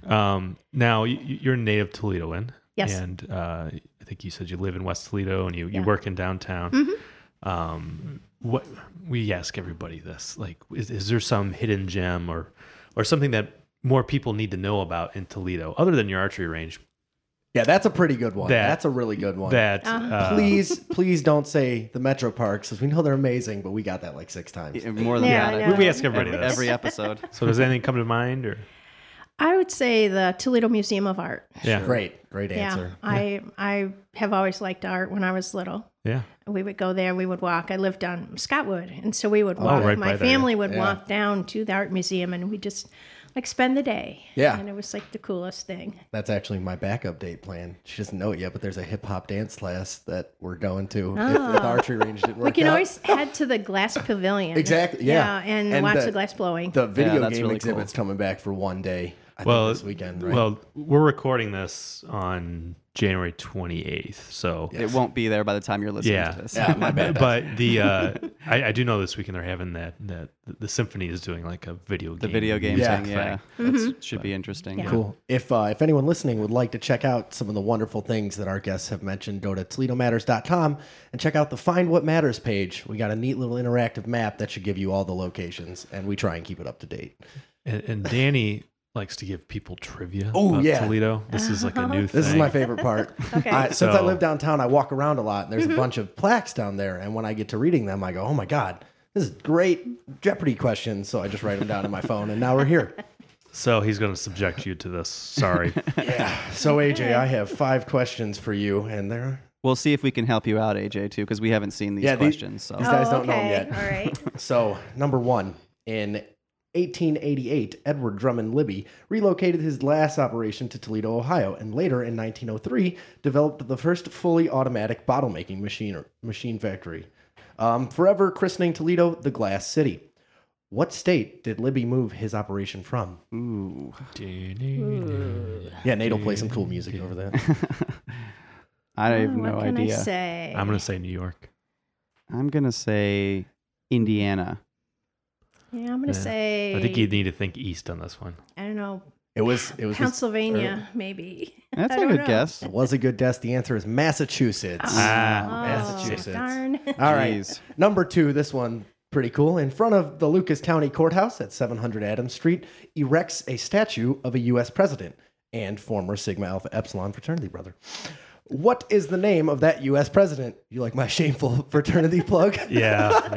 [SPEAKER 2] Um, now you, you're a native Toledoan.
[SPEAKER 4] Yes.
[SPEAKER 2] And uh, I think you said you live in West Toledo and you, you work in downtown.
[SPEAKER 4] Mm-hmm.
[SPEAKER 2] Um, what we ask everybody this like, is, is there some hidden gem or or something that more people need to know about in Toledo other than your archery range
[SPEAKER 3] yeah, that's a pretty good one.
[SPEAKER 2] That-
[SPEAKER 3] that's a really good one.
[SPEAKER 2] that
[SPEAKER 4] Uh-huh.
[SPEAKER 2] uh,
[SPEAKER 3] please, please don't say the Metro Parks, because we know they're amazing, but we got that like six times.
[SPEAKER 1] More than
[SPEAKER 4] Yeah, I
[SPEAKER 1] that. I
[SPEAKER 4] know.
[SPEAKER 2] we,
[SPEAKER 1] think.
[SPEAKER 2] we ask everybody
[SPEAKER 1] every,
[SPEAKER 2] this.
[SPEAKER 1] every episode.
[SPEAKER 2] so does anything come to mind or
[SPEAKER 4] I would say the Toledo Museum of Art.
[SPEAKER 2] yeah
[SPEAKER 3] Great, great
[SPEAKER 4] Yeah.
[SPEAKER 3] answer.
[SPEAKER 4] I I have always liked art when I was little.
[SPEAKER 2] yeah
[SPEAKER 4] We would go there. We would walk. I lived on Scottwood, and so we
[SPEAKER 3] Oh,
[SPEAKER 4] would walk.
[SPEAKER 2] right by
[SPEAKER 4] My
[SPEAKER 2] there, yeah.
[SPEAKER 4] family would
[SPEAKER 3] Yeah.
[SPEAKER 4] walk down to the art museum, and we just like spend the day.
[SPEAKER 3] Yeah.
[SPEAKER 4] and it was like the coolest thing.
[SPEAKER 3] That's actually my backup date plan. She doesn't know it yet, but there's a hip hop dance class that we're going to if the archery range didn't work
[SPEAKER 4] Ah. We can
[SPEAKER 3] out.
[SPEAKER 4] always head to the glass pavilion.
[SPEAKER 3] Exactly, yeah.
[SPEAKER 4] and,
[SPEAKER 3] And
[SPEAKER 4] watch
[SPEAKER 3] the-
[SPEAKER 4] the glass blowing.
[SPEAKER 3] the video
[SPEAKER 1] that's
[SPEAKER 3] game
[SPEAKER 1] really
[SPEAKER 3] exhibit's coming back for one day. I
[SPEAKER 2] Well,
[SPEAKER 3] think this weekend, right?
[SPEAKER 2] Well, we're recording this on January 28th, so
[SPEAKER 1] It won't be there by the time you're listening
[SPEAKER 2] Yeah.
[SPEAKER 1] to this.
[SPEAKER 3] yeah, my bad.
[SPEAKER 2] but the uh, I, I do know this weekend they're having that that the symphony is doing like a video game
[SPEAKER 1] the video game
[SPEAKER 3] Yeah.
[SPEAKER 1] thing,
[SPEAKER 2] music
[SPEAKER 1] yeah,
[SPEAKER 2] thing.
[SPEAKER 1] That's- should be interesting.
[SPEAKER 4] Mm-hmm. Yeah.
[SPEAKER 3] Cool. If uh, if anyone listening would like to check out some of the wonderful things that our guests have mentioned, go to ToledoMatters.com and check out the Find What Matters page. We got a neat little interactive map that should give you all the locations, and we try and keep it up to date.
[SPEAKER 2] And, and Danny likes to give people trivia.
[SPEAKER 3] Oh,
[SPEAKER 2] about
[SPEAKER 3] yeah.
[SPEAKER 2] Toledo. This is like a new.
[SPEAKER 3] This is
[SPEAKER 2] thing.
[SPEAKER 3] my favorite part.
[SPEAKER 4] Okay.
[SPEAKER 3] I, since I
[SPEAKER 2] So-
[SPEAKER 3] live downtown, I walk around a lot, and there's a bunch of plaques down there. And when I get to reading them, I go, "Oh my god, this is great Jeopardy question!" So I just write them down on my phone, and now we're here.
[SPEAKER 2] So he's going to subject you to this. Sorry.
[SPEAKER 3] Yeah. So AJ, I have five questions for you, and they're
[SPEAKER 1] We'll see if we can help you out, AJ, too, because we haven't seen these
[SPEAKER 3] Yeah, the-
[SPEAKER 1] questions. so
[SPEAKER 3] these- guys don't know 'em yet.
[SPEAKER 4] Oh, All right.
[SPEAKER 3] So, number one, in 1888, Edward Drummond Libby relocated his glass operation to Toledo, Ohio, and later in 1903 developed the first fully automatic bottle making machine, machine factory, um, forever christening Toledo the Glass City. What state did Libby move his operation from?
[SPEAKER 1] Ooh.
[SPEAKER 3] Yeah, Nate will play some cool music over that.
[SPEAKER 1] I have
[SPEAKER 4] Oh, what
[SPEAKER 1] no
[SPEAKER 4] can
[SPEAKER 1] idea.
[SPEAKER 4] I say?
[SPEAKER 2] I'm going to say New York.
[SPEAKER 1] I'm gonna say Indiana.
[SPEAKER 4] yeah, I'm gonna
[SPEAKER 2] Yeah.
[SPEAKER 4] say.
[SPEAKER 2] I think you need to think east on this one.
[SPEAKER 4] I don't know.
[SPEAKER 3] It was it was
[SPEAKER 4] Pennsylvania, maybe.
[SPEAKER 1] That's
[SPEAKER 4] I
[SPEAKER 1] a
[SPEAKER 4] don't
[SPEAKER 1] good
[SPEAKER 4] know.
[SPEAKER 1] guess.
[SPEAKER 3] it was a good guess. The answer is Massachusetts.
[SPEAKER 2] Ah,
[SPEAKER 4] Oh,
[SPEAKER 3] Massachusetts.
[SPEAKER 4] Darn.
[SPEAKER 3] All right.
[SPEAKER 1] Jeez.
[SPEAKER 3] Number two, this one pretty cool. In front of the Lucas County Courthouse at 700 Adams Street, erects a statue of a U.S. president and former Sigma Alpha Epsilon fraternity brother. What is the name of that U.S. president? You like my shameful fraternity plug?
[SPEAKER 4] Oh.
[SPEAKER 2] Yeah,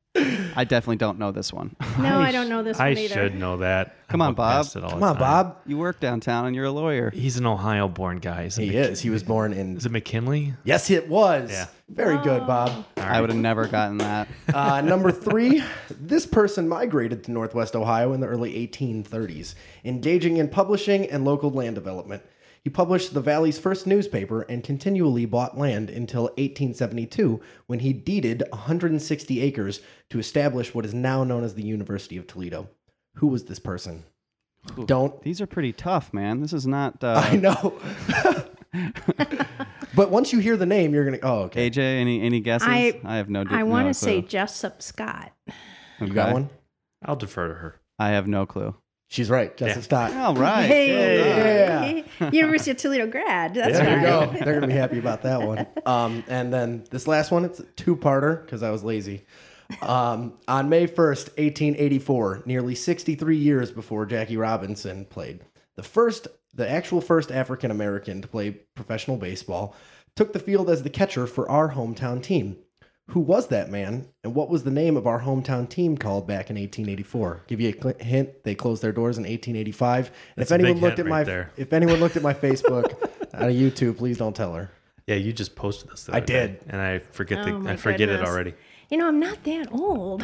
[SPEAKER 2] yeah.
[SPEAKER 1] I definitely don't know this one.
[SPEAKER 4] No, I,
[SPEAKER 2] sh-
[SPEAKER 4] don't know this
[SPEAKER 2] I
[SPEAKER 4] one either.
[SPEAKER 2] should know that.
[SPEAKER 1] Come
[SPEAKER 2] I
[SPEAKER 1] on,
[SPEAKER 2] look past
[SPEAKER 1] Bob.
[SPEAKER 2] it all
[SPEAKER 3] Come
[SPEAKER 2] the
[SPEAKER 3] on,
[SPEAKER 2] time.
[SPEAKER 3] Bob.
[SPEAKER 1] You work downtown and you're a lawyer.
[SPEAKER 2] He's an Ohio-born guy. He's a
[SPEAKER 3] He
[SPEAKER 2] Mc-
[SPEAKER 3] is. He was born in.
[SPEAKER 2] Is it McKinley?
[SPEAKER 3] Yes, it was.
[SPEAKER 2] Yeah.
[SPEAKER 3] Very good, Bob.
[SPEAKER 1] I would have never gotten that.
[SPEAKER 3] Uh, number three, this person migrated to Northwest Ohio in the early 1830s, engaging in publishing and local land development. He published the Valley's first newspaper and continually bought land until 1872 when he deeded 160 acres to establish what is now known as the University of Toledo. Who was this person? Don't.
[SPEAKER 1] These are pretty tough, man. This is not
[SPEAKER 3] I
[SPEAKER 1] uh,
[SPEAKER 3] know. but once you hear the name, you're going to. Oh, okay.
[SPEAKER 1] AJ. Any any guesses? I,
[SPEAKER 4] I-
[SPEAKER 1] have no.
[SPEAKER 4] I want to
[SPEAKER 1] no
[SPEAKER 4] say
[SPEAKER 1] clue.
[SPEAKER 4] Jessup Scott.
[SPEAKER 3] You got
[SPEAKER 1] Okay.
[SPEAKER 3] one?
[SPEAKER 2] I'll defer to her.
[SPEAKER 1] I have no clue.
[SPEAKER 3] She's right. Justice Stott.
[SPEAKER 1] All right.
[SPEAKER 3] Hey.
[SPEAKER 4] University of Toledo grad. That's
[SPEAKER 3] Oh, There you
[SPEAKER 4] right.
[SPEAKER 3] go. They're gonna be happy about that one. Um, and then this last one, it's a two-parter because I was lazy. Um, on May first, eighteen eighty-four, nearly sixty-three years before Jackie Robinson played, the first, the actual first African American to play professional baseball, took the field as the catcher for our hometown team. Who was that man, and what was the name of our hometown team called back in 1884? Give you a cl- hint: they closed their doors in 1885. And if
[SPEAKER 2] a big
[SPEAKER 3] anyone looked
[SPEAKER 2] hint right
[SPEAKER 3] at my
[SPEAKER 2] there.
[SPEAKER 3] if anyone looked at my Facebook on YouTube, please don't tell her.
[SPEAKER 2] Yeah, you just posted this. the
[SPEAKER 3] I
[SPEAKER 2] other day,
[SPEAKER 3] did.
[SPEAKER 2] and I forget.
[SPEAKER 4] Oh,
[SPEAKER 2] the,
[SPEAKER 4] my
[SPEAKER 2] I forget
[SPEAKER 4] goodness.
[SPEAKER 2] it already.
[SPEAKER 4] You know, I'm not that old.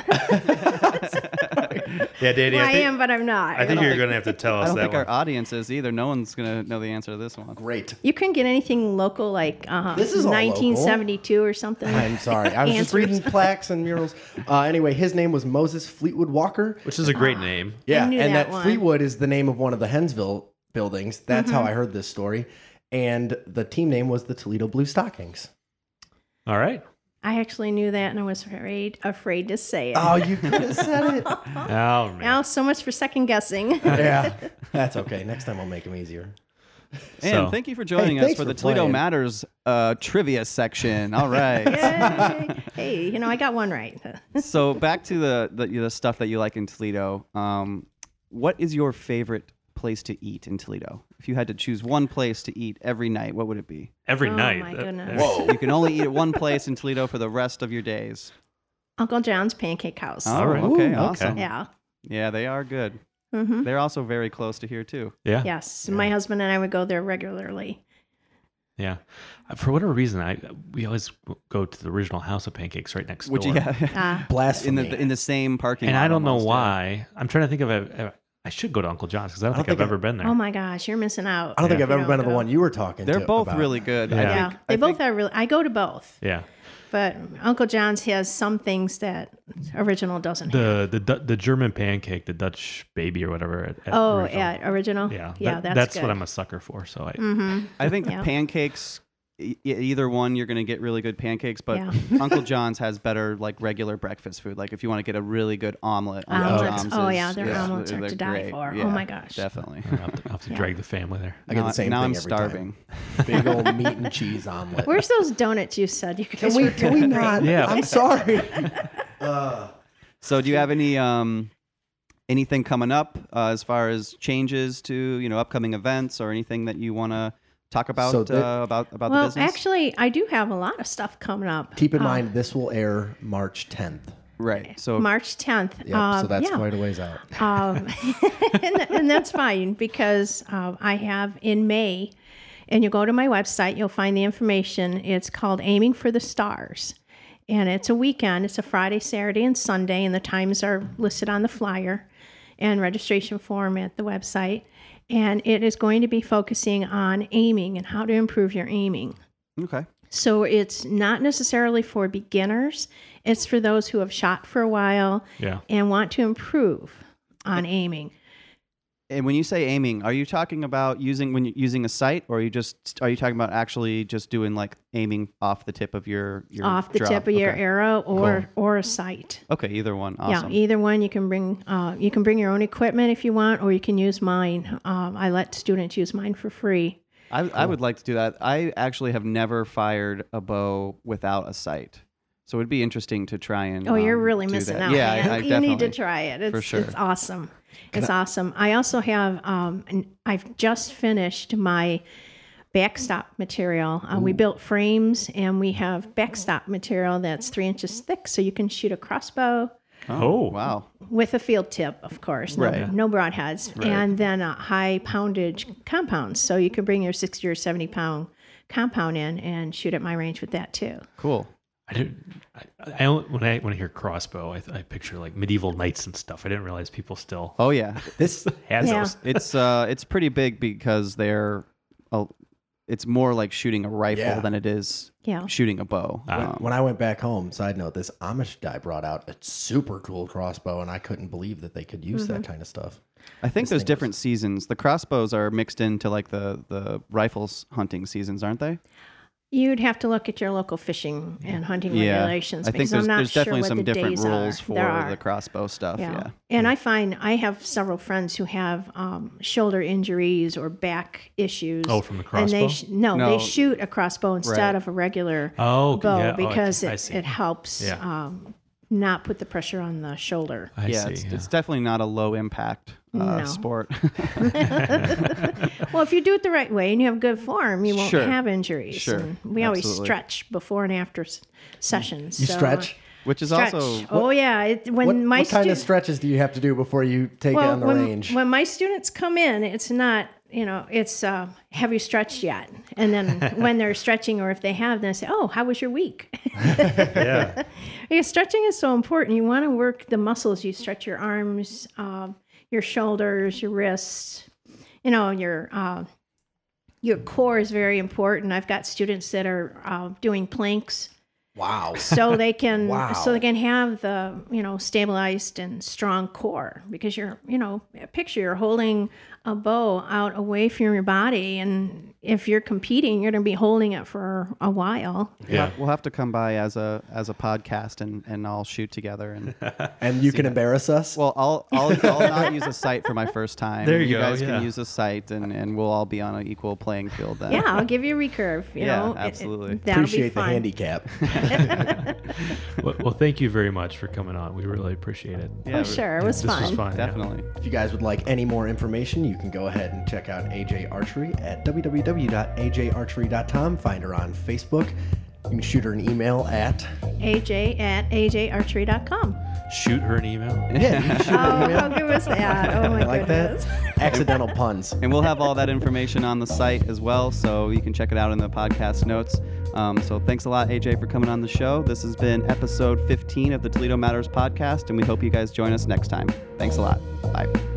[SPEAKER 2] Yeah, Danny.
[SPEAKER 4] I
[SPEAKER 2] I think,
[SPEAKER 4] am, but I'm not.
[SPEAKER 2] I think you're going to have to tell
[SPEAKER 1] I
[SPEAKER 2] us
[SPEAKER 1] don't
[SPEAKER 2] that
[SPEAKER 1] think
[SPEAKER 2] one.
[SPEAKER 1] our uh, audience is either. No one's gonna know the answer to this one.
[SPEAKER 3] Great.
[SPEAKER 4] You couldn't get anything local like uh,
[SPEAKER 3] This is all local.
[SPEAKER 4] 1972 or something.
[SPEAKER 3] I'm sorry. I was just
[SPEAKER 4] Answers.
[SPEAKER 3] reading plaques and murals. Uh, anyway, his name was Moses Fleetwood Walker.
[SPEAKER 2] Which is a
[SPEAKER 4] Oh.
[SPEAKER 2] great name.
[SPEAKER 3] Yeah,
[SPEAKER 4] knew
[SPEAKER 3] and
[SPEAKER 4] that
[SPEAKER 3] that
[SPEAKER 4] one.
[SPEAKER 3] Fleetwood is the name of one of the Hensville buildings. That's
[SPEAKER 4] Mm-hmm.
[SPEAKER 3] how I heard this story. And the team name was the Toledo Blue Stockings.
[SPEAKER 2] All right.
[SPEAKER 4] I actually knew that, and I was afraid afraid to say it.
[SPEAKER 3] Oh, you could have said it.
[SPEAKER 2] Oh, man.
[SPEAKER 4] now, so much for second guessing.
[SPEAKER 3] yeah, that's okay. Next time I'll make them easier.
[SPEAKER 1] And
[SPEAKER 2] So-
[SPEAKER 1] thank you for joining
[SPEAKER 3] Hey,
[SPEAKER 1] us
[SPEAKER 3] thanks
[SPEAKER 1] for the
[SPEAKER 3] for
[SPEAKER 1] Toledo
[SPEAKER 3] playing.
[SPEAKER 1] Matters uh, trivia section. All right.
[SPEAKER 4] Yay. hey, you know, I got one right.
[SPEAKER 1] so back to the, the the stuff that you like in Toledo. Um, what is your favorite place to eat in Toledo? If you had to choose one place to eat every night, what would it be?
[SPEAKER 2] Every
[SPEAKER 4] Oh,
[SPEAKER 2] night.
[SPEAKER 4] my
[SPEAKER 2] that-
[SPEAKER 4] goodness.
[SPEAKER 2] that-
[SPEAKER 1] You can only eat at one place in Toledo for the rest of your days.
[SPEAKER 4] Uncle John's Pancake House.
[SPEAKER 1] Oh,
[SPEAKER 2] right.
[SPEAKER 1] okay,
[SPEAKER 2] Ooh, okay.
[SPEAKER 1] awesome. Yeah.
[SPEAKER 4] Yeah.
[SPEAKER 1] they are good.
[SPEAKER 4] hmm
[SPEAKER 1] They're also very close to here too.
[SPEAKER 2] Yeah. Yeah.
[SPEAKER 4] Yes, my husband and I would go there regularly.
[SPEAKER 2] Uh, For whatever reason, I we always w- go to the original House of Pancakes right next
[SPEAKER 1] Would
[SPEAKER 2] door.
[SPEAKER 1] you? Yeah.
[SPEAKER 4] Uh,
[SPEAKER 1] in
[SPEAKER 3] Blasphemy.
[SPEAKER 1] the in the same parking.
[SPEAKER 2] And
[SPEAKER 1] lot
[SPEAKER 2] I don't know
[SPEAKER 1] almost, yeah.
[SPEAKER 2] why. I'm trying to think of a, I should go to Uncle John's because I don't,
[SPEAKER 3] don't
[SPEAKER 2] think,
[SPEAKER 3] think
[SPEAKER 2] I've
[SPEAKER 3] I-
[SPEAKER 2] ever been there.
[SPEAKER 4] Oh my gosh, you're missing out.
[SPEAKER 3] I don't think
[SPEAKER 4] You
[SPEAKER 3] I've ever
[SPEAKER 4] know,
[SPEAKER 3] been to the
[SPEAKER 4] no.
[SPEAKER 3] one you were talking
[SPEAKER 1] They're
[SPEAKER 3] to
[SPEAKER 1] both
[SPEAKER 3] about.
[SPEAKER 1] really good.
[SPEAKER 2] Yeah.
[SPEAKER 1] I
[SPEAKER 4] Yeah,
[SPEAKER 1] think,
[SPEAKER 4] they
[SPEAKER 1] I
[SPEAKER 4] both
[SPEAKER 1] think-
[SPEAKER 4] are really. I go to both,
[SPEAKER 2] yeah.
[SPEAKER 4] but Uncle John's has some things that original doesn't have.
[SPEAKER 2] The the Du- the German pancake, the Dutch baby or whatever. At, at
[SPEAKER 4] Oh,
[SPEAKER 2] original.
[SPEAKER 4] yeah, original.
[SPEAKER 2] Yeah.
[SPEAKER 4] yeah,
[SPEAKER 2] that-
[SPEAKER 4] that's good.
[SPEAKER 2] what I'm a sucker for. So I,
[SPEAKER 4] Mm-hmm.
[SPEAKER 1] I think
[SPEAKER 4] Yeah.
[SPEAKER 1] pancakes. e- e- Either one, you're gonna get really good pancakes, but
[SPEAKER 4] Yeah.
[SPEAKER 1] Uncle John's has better like regular breakfast food. Like if you want to get a really good omelet, Uncle
[SPEAKER 4] Omelets.
[SPEAKER 1] John's
[SPEAKER 4] Oh
[SPEAKER 1] is-
[SPEAKER 4] yeah, their
[SPEAKER 1] is-
[SPEAKER 4] omelets are
[SPEAKER 1] they're
[SPEAKER 4] to die
[SPEAKER 1] great.
[SPEAKER 4] for.
[SPEAKER 1] Yeah,
[SPEAKER 4] oh my gosh.
[SPEAKER 1] definitely.
[SPEAKER 2] I have to, I have to drag the family there.
[SPEAKER 3] I get
[SPEAKER 1] Now-
[SPEAKER 3] the same
[SPEAKER 1] now
[SPEAKER 3] thing
[SPEAKER 1] I'm
[SPEAKER 3] every
[SPEAKER 1] starving.
[SPEAKER 3] Time. Big old meat and cheese omelet.
[SPEAKER 4] Where's those donuts you said you guys
[SPEAKER 3] can we?
[SPEAKER 4] were
[SPEAKER 3] Can we
[SPEAKER 4] doing?
[SPEAKER 3] not?
[SPEAKER 2] Yeah.
[SPEAKER 3] I'm sorry. Uh,
[SPEAKER 1] So, do you have any um, anything coming up uh, as far as changes to you know upcoming events or anything that you want to talk about
[SPEAKER 3] So the-
[SPEAKER 1] uh, about about the
[SPEAKER 4] Well,
[SPEAKER 1] business?
[SPEAKER 4] actually, I do have a lot of stuff coming up.
[SPEAKER 3] keep in
[SPEAKER 4] Uh,
[SPEAKER 3] mind this will air March 10th.
[SPEAKER 1] right. So,
[SPEAKER 4] March 10th.
[SPEAKER 3] Yep.
[SPEAKER 4] Uh,
[SPEAKER 3] so that's
[SPEAKER 4] yeah.
[SPEAKER 3] quite a ways out.
[SPEAKER 4] um, and, and that's fine because um, I have in May, and you go to my website, you'll find the information. It's called Aiming for the Stars, and it's a weekend. It's a Friday, Saturday, and Sunday, and the times are listed on the flyer and registration form at the website. And it is going to be focusing on aiming and how to improve your aiming.
[SPEAKER 1] okay.
[SPEAKER 4] So it's not necessarily for beginners. It's for those who have shot for a while
[SPEAKER 2] Yeah.
[SPEAKER 4] and want to improve on aiming.
[SPEAKER 1] And when you say aiming, are you talking about using when you're using a sight, or are you just are you talking about actually just doing like aiming off the tip of your your
[SPEAKER 4] off the
[SPEAKER 1] draw?
[SPEAKER 4] tip of your
[SPEAKER 1] okay.
[SPEAKER 4] arrow or or a sight.
[SPEAKER 1] Okay, either one. Awesome.
[SPEAKER 4] Yeah, e- either one. You can bring uh, you can bring your own equipment if you want, or you can use mine. Um, I let students use mine for free.
[SPEAKER 1] I, I would like to do that. I actually have never fired a bow without a sight, so it'd be interesting to try and.
[SPEAKER 4] Oh, you're
[SPEAKER 1] um,
[SPEAKER 4] really
[SPEAKER 1] do
[SPEAKER 4] missing
[SPEAKER 1] that.
[SPEAKER 4] out.
[SPEAKER 1] Yeah,
[SPEAKER 4] man.
[SPEAKER 1] I, I
[SPEAKER 4] you need to
[SPEAKER 1] definitely-
[SPEAKER 4] try it. It's,
[SPEAKER 1] sure.
[SPEAKER 4] it's awesome. It's awesome. I also have um, an, I've just finished my backstop material. Uh, we built frames and we have backstop material that's three inches thick, so you can shoot a crossbow.
[SPEAKER 2] Oh,
[SPEAKER 1] Wow.
[SPEAKER 4] with a field tip, of course, no,
[SPEAKER 1] Right.
[SPEAKER 4] no broadheads, and then a high poundage compound. So you can bring your 60 or 70 pound compound in and shoot at my range with that too.
[SPEAKER 1] Cool.
[SPEAKER 2] I didn't. I, I don't, when I when I hear crossbow, I, I picture like medieval knights and stuff. I didn't realize people still
[SPEAKER 1] Oh yeah,
[SPEAKER 3] This
[SPEAKER 2] had
[SPEAKER 4] Yeah.
[SPEAKER 2] those.
[SPEAKER 1] it's uh, it's pretty big because they're, a, it's more like shooting a rifle
[SPEAKER 3] Yeah.
[SPEAKER 1] than it is
[SPEAKER 4] Yeah.
[SPEAKER 1] shooting a bow.
[SPEAKER 3] when,
[SPEAKER 1] Um,
[SPEAKER 3] when I went back home, side note, this Amish guy brought out a super cool crossbow, and I couldn't believe that they could use
[SPEAKER 4] Mm-hmm.
[SPEAKER 3] that kind of stuff.
[SPEAKER 1] I think there's different seasons. The crossbows are mixed into like the the rifles hunting seasons, aren't they?
[SPEAKER 4] You'd have to look at your local fishing and hunting
[SPEAKER 1] Yeah.
[SPEAKER 4] regulations
[SPEAKER 1] I think
[SPEAKER 4] because
[SPEAKER 1] there's,
[SPEAKER 4] I'm not
[SPEAKER 1] there's
[SPEAKER 4] sure
[SPEAKER 1] definitely
[SPEAKER 4] what
[SPEAKER 1] some
[SPEAKER 4] the
[SPEAKER 1] different
[SPEAKER 4] days
[SPEAKER 1] rules
[SPEAKER 4] are.
[SPEAKER 1] for
[SPEAKER 4] there are.
[SPEAKER 1] the crossbow stuff. Yeah.
[SPEAKER 4] And I find I have several friends who have um, shoulder injuries or back issues.
[SPEAKER 2] Oh, from the
[SPEAKER 4] And
[SPEAKER 2] crossbow?
[SPEAKER 4] they sh- no,
[SPEAKER 1] No.
[SPEAKER 4] they shoot a crossbow instead
[SPEAKER 1] Right.
[SPEAKER 4] of a regular
[SPEAKER 2] Oh, okay.
[SPEAKER 4] bow
[SPEAKER 2] Yeah. Oh, I
[SPEAKER 4] because
[SPEAKER 2] see. I
[SPEAKER 4] it,
[SPEAKER 2] see.
[SPEAKER 4] it helps
[SPEAKER 2] Yeah.
[SPEAKER 4] um, not put the pressure on the shoulder.
[SPEAKER 2] I
[SPEAKER 1] yeah,
[SPEAKER 2] see.
[SPEAKER 1] it's,
[SPEAKER 2] yeah.
[SPEAKER 1] it's definitely not a low impact uh,
[SPEAKER 4] No.
[SPEAKER 1] sport.
[SPEAKER 4] Well, if you do it the right way and you have good form, you won't
[SPEAKER 1] Sure.
[SPEAKER 4] have injuries.
[SPEAKER 1] Sure.
[SPEAKER 4] And we always
[SPEAKER 1] Absolutely.
[SPEAKER 4] stretch before and after s- sessions.
[SPEAKER 3] You
[SPEAKER 4] so, uh,
[SPEAKER 3] stretch?
[SPEAKER 1] Which is
[SPEAKER 4] Stretch.
[SPEAKER 1] also
[SPEAKER 4] oh yeah, it, when
[SPEAKER 3] What,
[SPEAKER 4] my
[SPEAKER 3] what kind of
[SPEAKER 4] stu-
[SPEAKER 3] stretches do you have to do before you take it
[SPEAKER 4] well,
[SPEAKER 3] on the
[SPEAKER 4] when,
[SPEAKER 3] range?
[SPEAKER 4] when my students come in, it's not, you know, it's uh, have you stretched yet? And then when they're stretching or if they have, then I say, oh, how was your week?
[SPEAKER 2] yeah.
[SPEAKER 4] because stretching is so important. You want to work the muscles. You stretch your arms, um, your shoulders, your wrists. You know, your uh, your core is very important. I've got students that are uh, doing planks
[SPEAKER 3] wow.
[SPEAKER 4] so they can
[SPEAKER 3] Wow.
[SPEAKER 4] so they can have the you know stabilized and strong core because you're you know picture you're holding a bow out away from your body and if you're competing you're going to be holding it for a while
[SPEAKER 2] Yeah.
[SPEAKER 1] we'll have to come by as a as a podcast and and all shoot together and
[SPEAKER 3] And you can embarrass us?
[SPEAKER 1] well I'll I'll, I'll not use a site for my first time.
[SPEAKER 2] There you
[SPEAKER 1] you
[SPEAKER 2] go,
[SPEAKER 1] guys
[SPEAKER 2] yeah.
[SPEAKER 1] can use a site and and we'll all be on an equal playing field then.
[SPEAKER 4] yeah i'll give you a recurve you
[SPEAKER 1] Yeah,
[SPEAKER 4] know It- it-
[SPEAKER 1] absolutely.
[SPEAKER 4] that'll be
[SPEAKER 3] Appreciate the
[SPEAKER 4] fun.
[SPEAKER 3] handicap.
[SPEAKER 2] well, well, thank you very much for coming on. We really appreciate it.
[SPEAKER 1] Yeah,
[SPEAKER 4] oh sure it was
[SPEAKER 2] this
[SPEAKER 4] fun
[SPEAKER 2] was fun. yeah.
[SPEAKER 1] Definitely.
[SPEAKER 3] if you guys would like any more information, you can go ahead and check out AJ Archery at www.ajarchery.com. Find her on Facebook. You can shoot her an email at.
[SPEAKER 4] aj at ajarchery.com
[SPEAKER 2] Shoot her an email.
[SPEAKER 3] Yeah, you can shoot her
[SPEAKER 4] oh
[SPEAKER 3] an
[SPEAKER 4] how
[SPEAKER 3] email.
[SPEAKER 4] good was that oh my
[SPEAKER 3] You like
[SPEAKER 4] goodness
[SPEAKER 3] that? Accidental puns.
[SPEAKER 1] And we'll have all that information on the site as well, so you can check it out in the podcast notes. Um, so thanks a lot, AJ, for coming on the show. This has been episode 15 of the Toledo Matters podcast, and we hope you guys join us next time. Thanks a lot. Bye.